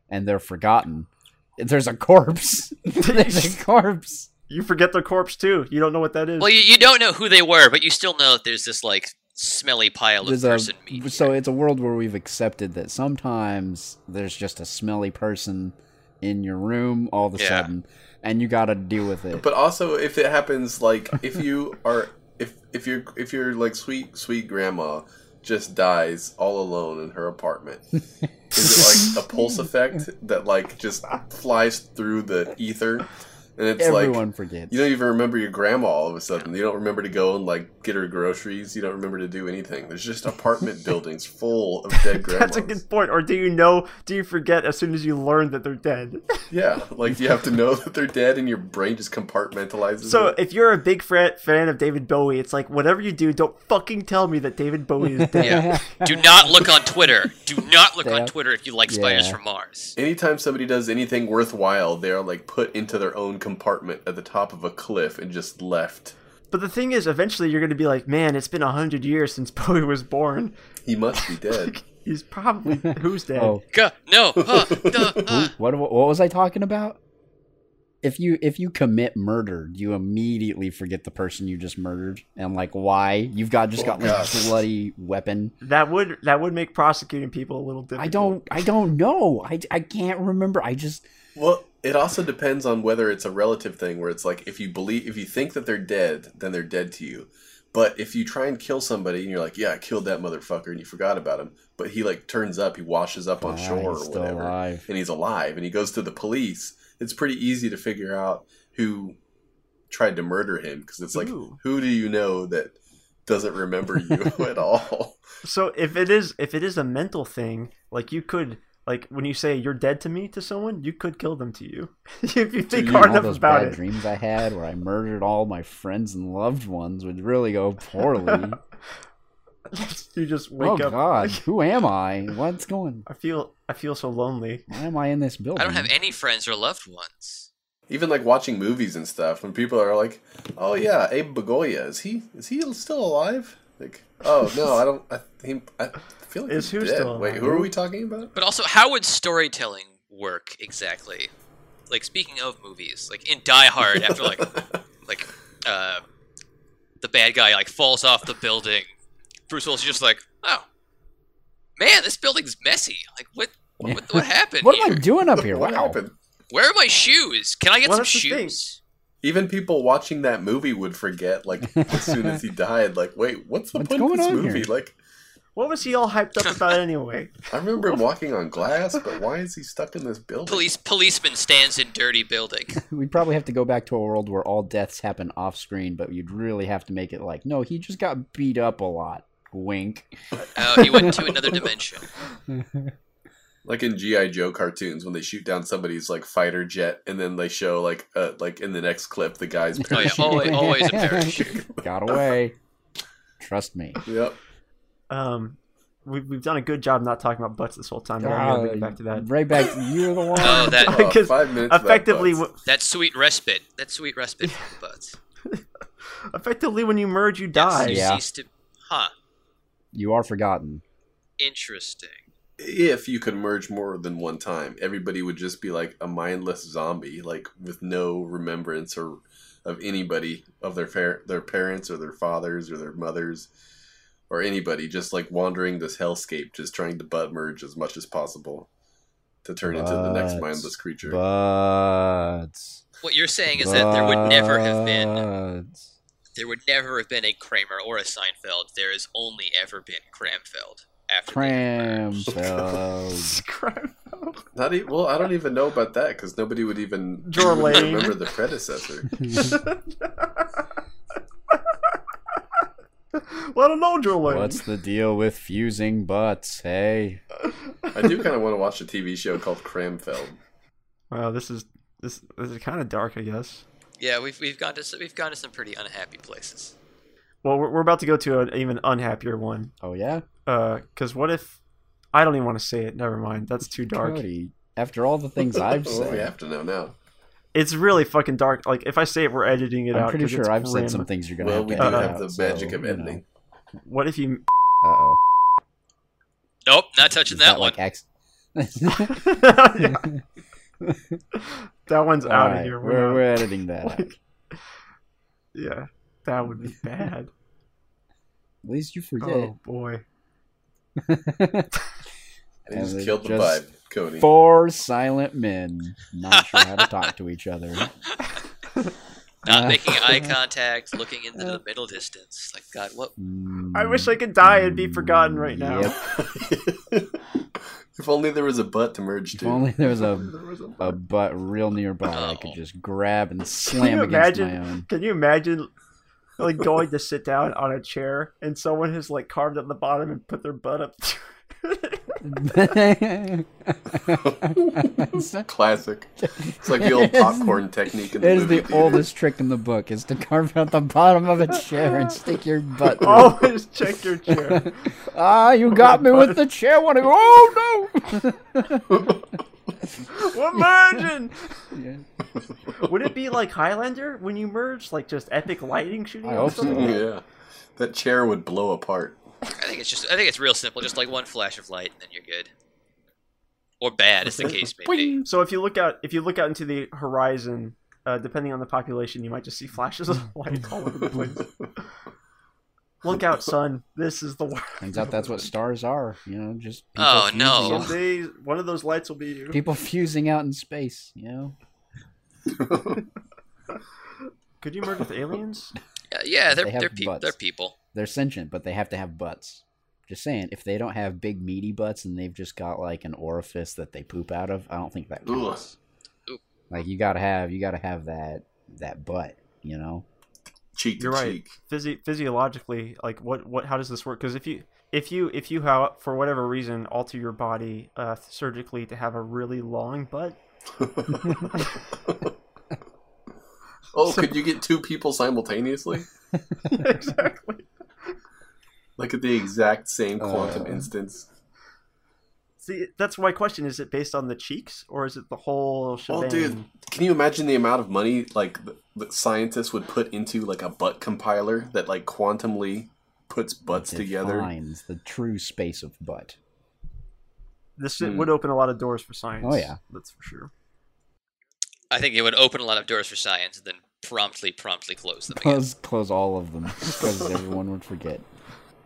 Speaker 3: and they're forgotten, there's a corpse. *laughs* there's a corpse.
Speaker 4: You forget their corpse too. You don't know what that is.
Speaker 5: Well, you, you don't know who they were, but you still know that there's this like smelly pile of
Speaker 3: There's
Speaker 5: person
Speaker 3: *laughs* a,
Speaker 5: meat.
Speaker 3: so it's a world where we've accepted that sometimes there's just a smelly person in your room all of a
Speaker 5: Yeah.
Speaker 3: sudden, and you got to deal with it.
Speaker 2: *laughs* But also, if it happens, like if you are, if if your if your like sweet sweet grandma just dies all alone in her apartment, is it like a
Speaker 4: *laughs*
Speaker 2: pulse effect that like just flies through the ether, and it's like
Speaker 3: Everyone forgets.
Speaker 2: you don't even remember your grandma all of a sudden. You don't remember to go and like get her groceries. You don't remember to do anything. There's just
Speaker 4: *laughs*
Speaker 2: apartment buildings full of dead grandmas.
Speaker 4: *laughs* That's a good point. Or do you know? Do you forget as soon as you learn that they're dead?
Speaker 2: *laughs* Yeah, like you have to know that they're dead, and your brain just compartmentalizes.
Speaker 4: so
Speaker 3: Mm-hmm.
Speaker 2: it.
Speaker 4: if you're a big fra- fan of David Bowie, it's like whatever you do, don't fucking tell me that David
Speaker 3: *laughs*
Speaker 4: Bowie is dead.
Speaker 5: Yeah. Do not look on Twitter. Do not look
Speaker 3: Yeah.
Speaker 5: on Twitter if you like spiders
Speaker 3: Yeah.
Speaker 5: from Mars.
Speaker 2: Anytime somebody does anything worthwhile, they are like put into their own compartment at the top of a cliff and just left.
Speaker 4: But the thing is, eventually you're gonna be like, man, it's been a hundred years since *laughs* Bowie was born.
Speaker 2: He must
Speaker 4: *laughs*
Speaker 2: be
Speaker 4: Oh
Speaker 2: dead.
Speaker 4: He's probably who's
Speaker 3: *laughs*
Speaker 4: dead.
Speaker 3: Oh,
Speaker 5: Gah, no. huh, duh, uh.
Speaker 3: *laughs*
Speaker 5: huh.
Speaker 3: What what was I talking about? If you if you commit murder, you immediately forget the person you just murdered and like why you've got just
Speaker 2: Oh,
Speaker 3: got like
Speaker 2: gosh.
Speaker 3: a bloody weapon.
Speaker 4: *laughs* That would that would make prosecuting people a little difficult.
Speaker 3: I don't I don't know. I I can't remember. I just
Speaker 2: Well, it also depends on whether it's a relative thing where it's like if you believe if you think that they're dead, then they're dead to you. But if you try and kill somebody and you're like, "Yeah, I killed that motherfucker," and you forgot about him, but he like turns up, he washes up on
Speaker 3: Ah,
Speaker 2: shore
Speaker 3: he's
Speaker 2: or
Speaker 3: still
Speaker 2: whatever,
Speaker 4: *laughs*
Speaker 3: alive.
Speaker 2: and he's alive, and he goes to the police. It's pretty easy to figure out who tried to murder him because it's like,
Speaker 4: Ooh.
Speaker 2: who do you know that doesn't remember you
Speaker 3: *laughs*
Speaker 2: *laughs* at all?
Speaker 4: So if it is if it is a mental thing, like you could like when you say you're dead to me to someone, you could kill them to you *laughs* if you think
Speaker 2: you-
Speaker 4: hard
Speaker 3: all
Speaker 4: enough
Speaker 3: those
Speaker 4: about
Speaker 3: bad
Speaker 4: it.
Speaker 3: dreams I had where I murdered all my friends and loved ones would really go poorly.
Speaker 4: *laughs* you just
Speaker 3: oh
Speaker 4: *laughs* wake up. *laughs*
Speaker 3: god, who am I? What's going?
Speaker 4: I feel I feel so lonely.
Speaker 3: Why am I in this building?
Speaker 5: I don't have any friends or loved ones.
Speaker 2: Even like watching movies and stuff, when people are like, "Oh yeah, Abe Begoya is he is he still alive?" Like, "Oh no, I don't. I, he, I feel like he's
Speaker 4: Is who
Speaker 2: dead.
Speaker 4: still
Speaker 2: Wait,
Speaker 4: alive?
Speaker 2: who are we talking about?
Speaker 5: But also, how would storytelling work exactly? Like speaking of movies, like in Die Hard,
Speaker 4: *laughs*
Speaker 5: after like like uh, the bad guy like falls off the building, Bruce Willis is just like, oh man, this building's messy. Like what what, what happened?
Speaker 3: What
Speaker 5: here?
Speaker 3: am I doing up here?
Speaker 2: what
Speaker 3: wow.
Speaker 2: happened?"
Speaker 5: Where are my shoes? Can I get
Speaker 4: Well,
Speaker 5: some
Speaker 4: that's the thing.
Speaker 5: shoes?
Speaker 2: Even people
Speaker 3: *laughs*
Speaker 2: watching that movie would forget, like as soon as he died, like, "Wait, what's the
Speaker 3: What's
Speaker 2: point of
Speaker 3: going
Speaker 2: this
Speaker 3: on
Speaker 2: movie?"
Speaker 3: here?
Speaker 2: Like,
Speaker 4: What was he all hyped
Speaker 3: *laughs*
Speaker 4: up about anyway?
Speaker 2: I remember him walking on glass, but why is he stuck in this building?
Speaker 5: Police policeman stands in dirty building.
Speaker 3: We'd probably have to go back to a world where all deaths happen off screen, but you'd really have to make it like, no, he just got beat up a lot. Wink.
Speaker 5: Oh, he went to another dimension.
Speaker 2: Like in GI Joe cartoons, when they shoot down somebody's like fighter jet, and then they show like uh, like in the next clip the guy's.
Speaker 5: Oh yeah, always, always
Speaker 3: *laughs*
Speaker 5: a parachute.
Speaker 3: Got away. Trust me.
Speaker 2: *laughs* Yep.
Speaker 4: Um, we, we've done a good job not talking about butts this whole time. But I'm gonna bring it back to that.
Speaker 3: Right back. You're the one.
Speaker 5: Oh,
Speaker 2: *laughs*
Speaker 5: that
Speaker 2: Oh,
Speaker 4: Because
Speaker 2: five
Speaker 3: Ah,
Speaker 2: minutes. of that
Speaker 4: Effectively,
Speaker 2: butts.
Speaker 4: w-
Speaker 5: that sweet respite. That sweet respite from the butts.
Speaker 4: effectively, when you merge, you
Speaker 5: Yes,
Speaker 4: die. *laughs*
Speaker 5: you
Speaker 3: Yeah.
Speaker 5: cease to- huh.
Speaker 3: You are forgotten.
Speaker 5: Interesting.
Speaker 2: if you could merge more than one time, everybody would just be like a mindless zombie, like with no remembrance or of anybody of their far- their parents or their fathers or their mothers or anybody, just like wandering this hellscape, just trying to butt merge as much as possible to turn into the next
Speaker 3: But-
Speaker 2: mindless creature.
Speaker 3: But
Speaker 5: What you're saying is that there would never have
Speaker 3: Uh.
Speaker 5: been
Speaker 3: but-
Speaker 5: there would never have been a Kramer or a Seinfeld. There has only ever been Cramfeld. After they
Speaker 4: *laughs*
Speaker 5: merged.
Speaker 3: Cramfeld.
Speaker 4: Scram.
Speaker 2: Not even, well, I don't even know about that because nobody would even
Speaker 4: Draw
Speaker 2: even
Speaker 4: lane.
Speaker 2: remember the predecessor.
Speaker 4: Let him know, Joel. Lane.
Speaker 3: What's the deal with fusing butts? Hey,
Speaker 2: I do kind of want to watch a TV show called Cramfeld.
Speaker 4: Wow, this is this this is kind of dark, I guess.
Speaker 5: Yeah, we've we've gone to some, we've gone to some pretty unhappy places.
Speaker 4: Well, we're, we're about to go to an even unhappier one.
Speaker 3: oh yeah,
Speaker 4: Uh, because what if I don't even want to say it. Never mind. That's too dark.
Speaker 3: Cody. After all the things
Speaker 2: *laughs*
Speaker 3: I've
Speaker 2: Well, we
Speaker 3: said,
Speaker 2: have to know now.
Speaker 4: It's really fucking dark. Like if I say it, we're editing it out.
Speaker 3: I'm pretty
Speaker 4: 'cause it's
Speaker 3: sure I've
Speaker 4: grim.
Speaker 3: said some things you're gonna
Speaker 2: Well,
Speaker 3: have
Speaker 2: we
Speaker 3: to
Speaker 2: do
Speaker 3: edit
Speaker 2: have
Speaker 3: out,
Speaker 2: the
Speaker 3: so,
Speaker 2: magic of
Speaker 3: you know.
Speaker 2: editing.
Speaker 4: What if
Speaker 3: *laughs*
Speaker 4: you? *laughs*
Speaker 3: Uh-oh.
Speaker 5: Nope, not
Speaker 3: Is
Speaker 5: touching that,
Speaker 3: that
Speaker 5: one.
Speaker 3: like *laughs*
Speaker 5: *laughs*
Speaker 3: ex-
Speaker 4: Yeah, that one's out
Speaker 3: Alright,
Speaker 4: of here. We're
Speaker 3: We're,
Speaker 4: not-
Speaker 3: we're editing
Speaker 4: *laughs*
Speaker 3: that. out. At
Speaker 4: Yeah, that would be bad.
Speaker 3: least you forget.
Speaker 4: Oh boy. oh.
Speaker 2: They
Speaker 3: And
Speaker 2: just
Speaker 3: they
Speaker 2: killed the
Speaker 3: just
Speaker 2: vibe,
Speaker 3: *laughs*
Speaker 2: Cody.
Speaker 3: Four silent men, not sure how to talk to each other.
Speaker 5: Not
Speaker 3: Uh, *laughs*
Speaker 5: making eye contact, looking into the middle distance. Like God, what?
Speaker 4: *laughs* I wish I could die and be forgotten right now. *laughs*
Speaker 3: Yep.
Speaker 2: *laughs* if only there was a butt to merge
Speaker 3: Hmm. If
Speaker 2: to.
Speaker 3: only there was a
Speaker 2: There was a
Speaker 3: a
Speaker 2: butt.
Speaker 3: butt real nearby I
Speaker 5: Oh.
Speaker 3: could just grab
Speaker 4: *laughs*
Speaker 3: and slam
Speaker 4: you
Speaker 3: against
Speaker 4: imagine?
Speaker 3: my own.
Speaker 4: Can you imagine like going to sit down on a chair and someone has like carved up the bottom and put their butt up? *laughs*
Speaker 3: *laughs* it's
Speaker 2: *laughs* Classic. It's like
Speaker 3: *laughs*
Speaker 2: the old popcorn technique in the
Speaker 3: it is
Speaker 2: movie
Speaker 3: the
Speaker 2: theater.
Speaker 3: oldest trick in the book is to carve out the bottom of a chair and stick your
Speaker 4: *laughs*
Speaker 3: butt. through.
Speaker 4: Always check your
Speaker 3: *laughs*
Speaker 4: chair.
Speaker 3: Ah,
Speaker 2: *laughs*
Speaker 3: you got me with the chair one. Oh no!
Speaker 4: What merging?
Speaker 3: Yeah.
Speaker 4: Would it be like Highlander when you merge, like just epic lighting shooting?
Speaker 3: I
Speaker 4: or
Speaker 3: hope so.
Speaker 4: something?
Speaker 2: *laughs* Yeah. That chair would blow apart. *laughs*
Speaker 5: I think it's just I think it's real simple. Just like one flash of light, and then you're good. Or bad, as the case may be.
Speaker 4: So if you look out, if you look out into the horizon, uh, depending on the population, you might just see flashes of *laughs* light all over the place. look out, son! This is the world.
Speaker 3: Turns out
Speaker 4: *laughs*
Speaker 3: that's what stars are. You know, just people
Speaker 5: Oh,
Speaker 3: fusing
Speaker 5: no.
Speaker 3: out-
Speaker 4: Someday, one of those lights will be you.
Speaker 3: people fusing out in space. You know,
Speaker 4: Could you merge with aliens?
Speaker 5: Uh, yeah, they're
Speaker 3: They
Speaker 5: they
Speaker 3: have
Speaker 5: are people.
Speaker 3: butts.
Speaker 5: They're people.
Speaker 3: they're sentient, but they have to have butts. Just saying, if they don't have big meaty butts and they've just got like an orifice that they poop out of, I don't think that
Speaker 2: Ugh.
Speaker 3: counts.
Speaker 5: Oop.
Speaker 3: Like you gotta have, you gotta have that that butt, you know.
Speaker 2: Cheek to
Speaker 4: You're right.
Speaker 2: cheek.
Speaker 4: Physi- physiologically, like what what how does this work? Because if you if you if you how for whatever reason alter your body uh, surgically to have a really long butt, *laughs*
Speaker 2: *laughs* oh, could you get two people simultaneously?
Speaker 4: exactly.
Speaker 2: Like at the exact same quantum
Speaker 3: Uh.
Speaker 2: instance.
Speaker 4: See, that's my question: Is it based on the cheeks or is it the whole shebang?
Speaker 2: Well, dude, can you imagine the amount of money like the, the scientists would put into like a butt compiler that like quantumly puts butts together?
Speaker 3: Defines the true space of butt.
Speaker 4: this
Speaker 2: Hmm.
Speaker 4: would open a lot of doors for science.
Speaker 3: Oh, yeah.
Speaker 4: that's for sure.
Speaker 5: I think it would open a lot of doors for science, and then promptly, promptly
Speaker 3: *laughs*
Speaker 5: close them. Again.
Speaker 3: Close, close all of them because everyone would forget.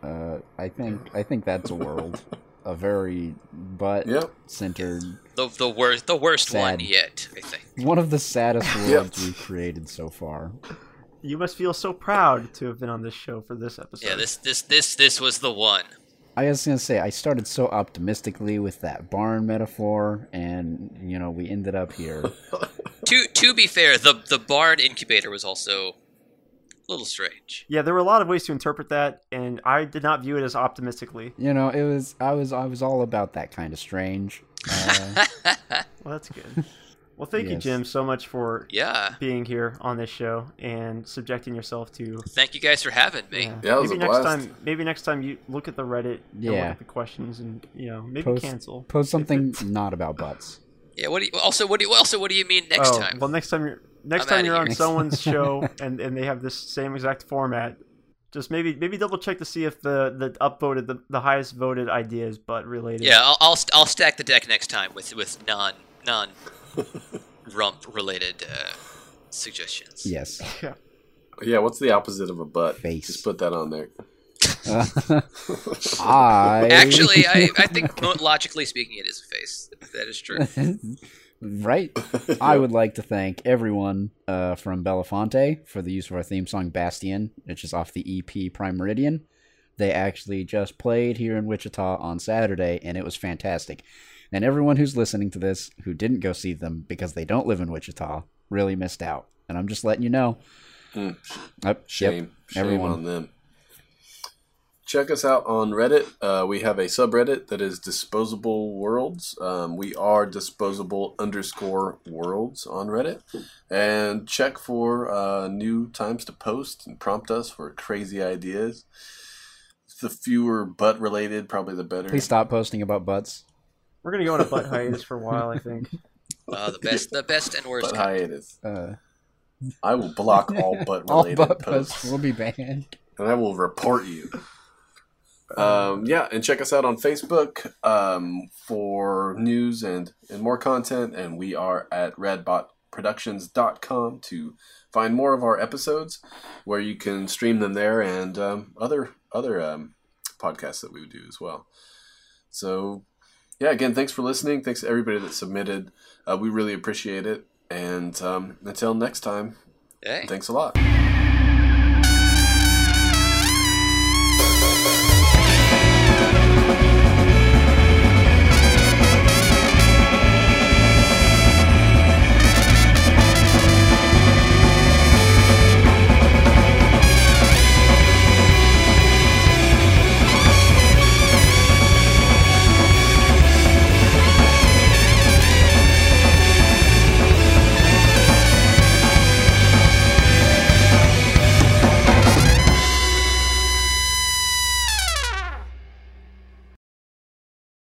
Speaker 3: Uh, I think, I think that's a world, a very
Speaker 2: *laughs* Yep.
Speaker 3: butt-centered,
Speaker 5: The the worst, the worst one
Speaker 3: Sad.
Speaker 5: yet. I think.
Speaker 3: one of the saddest worlds
Speaker 2: Yep.
Speaker 3: we've created so far.
Speaker 4: You must feel so proud to have been on this show for this episode.
Speaker 5: Yeah, this this this this was the one.
Speaker 3: I was gonna say I started so optimistically with that barn metaphor, and you know we ended up here.
Speaker 5: To to be fair, the the barn incubator was also a little strange.
Speaker 4: Yeah, there were a lot of ways to interpret that, and I did not view it as optimistically.
Speaker 3: you know, it was I was I was all about that kind of strange. Uh,
Speaker 4: Well,
Speaker 3: *laughs*
Speaker 4: that's good. Well, thank you,
Speaker 3: Yes.
Speaker 4: Jim, so much for
Speaker 5: Yeah.
Speaker 4: being here on this show and subjecting yourself to.
Speaker 5: Thank you guys for having me.
Speaker 4: Yeah.
Speaker 2: Yeah, it was
Speaker 4: maybe
Speaker 2: a
Speaker 4: next
Speaker 2: blast.
Speaker 4: time, maybe next time you look at the Reddit, and look
Speaker 3: Yeah.
Speaker 4: at the questions, and you know maybe
Speaker 3: Post-
Speaker 4: cancel.
Speaker 3: post something not about butts.
Speaker 5: Yeah. What do you, also what do you, also what do you mean next
Speaker 4: oh,
Speaker 5: time?
Speaker 4: Well, next time you're next
Speaker 5: I'm
Speaker 4: time
Speaker 5: outta
Speaker 4: you're on
Speaker 5: here. *laughs*
Speaker 4: someone's show and, and they have this same exact format, just maybe maybe double check to see if the the upvoted the, the highest voted idea is butt related.
Speaker 5: yeah, I'll, I'll st- I'll stack the deck next time with with non
Speaker 4: *laughs*
Speaker 5: non rump related uh, suggestions.
Speaker 3: Yes.
Speaker 2: Yeah, what's the opposite of a butt?
Speaker 3: Face.
Speaker 2: Just put that on there.
Speaker 3: I
Speaker 5: *laughs* Actually, I, I think mo- logically speaking, it is a face. That is
Speaker 3: *laughs*
Speaker 5: true.
Speaker 3: *laughs* right.
Speaker 2: *laughs*
Speaker 3: I would like to thank everyone uh, from Belafonte for the use of our theme song Bastion, which is off the EP Prime Meridian. They actually just played here in Wichita on Saturday, and it was fantastic. And everyone who's listening to this who didn't go see them because they don't live in Wichita really missed out. And I'm just letting you know.
Speaker 2: Mm,
Speaker 3: Yep,
Speaker 2: Shame.
Speaker 3: yep.
Speaker 2: Shame
Speaker 3: everyone.
Speaker 2: on them. Check us out on Reddit. Uh, we have a subreddit that is Disposable Worlds. Um, we are disposable underscore worlds on Reddit. And check for uh, new times to post and prompt us for crazy ideas. The fewer butt related, probably the better.
Speaker 3: Please stop posting about butts.
Speaker 4: we're gonna go on a
Speaker 5: *laughs*
Speaker 4: butt hiatus for a while. I think.
Speaker 5: Uh, the best, the best and worst.
Speaker 2: Butt hiatus.
Speaker 3: Uh,
Speaker 2: I will block all
Speaker 3: *laughs*
Speaker 2: butt
Speaker 3: all
Speaker 2: related
Speaker 3: butt
Speaker 2: posts.
Speaker 3: posts will be banned.
Speaker 2: and I will report you. Um, yeah, and check us out on Facebook um, for news and, and more content. And we are at radbotproductions.com to find more of our episodes where you can stream them there and um, other other um, podcasts that we would do as well. So, yeah, again, thanks for listening. Thanks to everybody that submitted. Uh, we really appreciate it. And um, until next time,
Speaker 5: Hey.
Speaker 2: thanks a lot.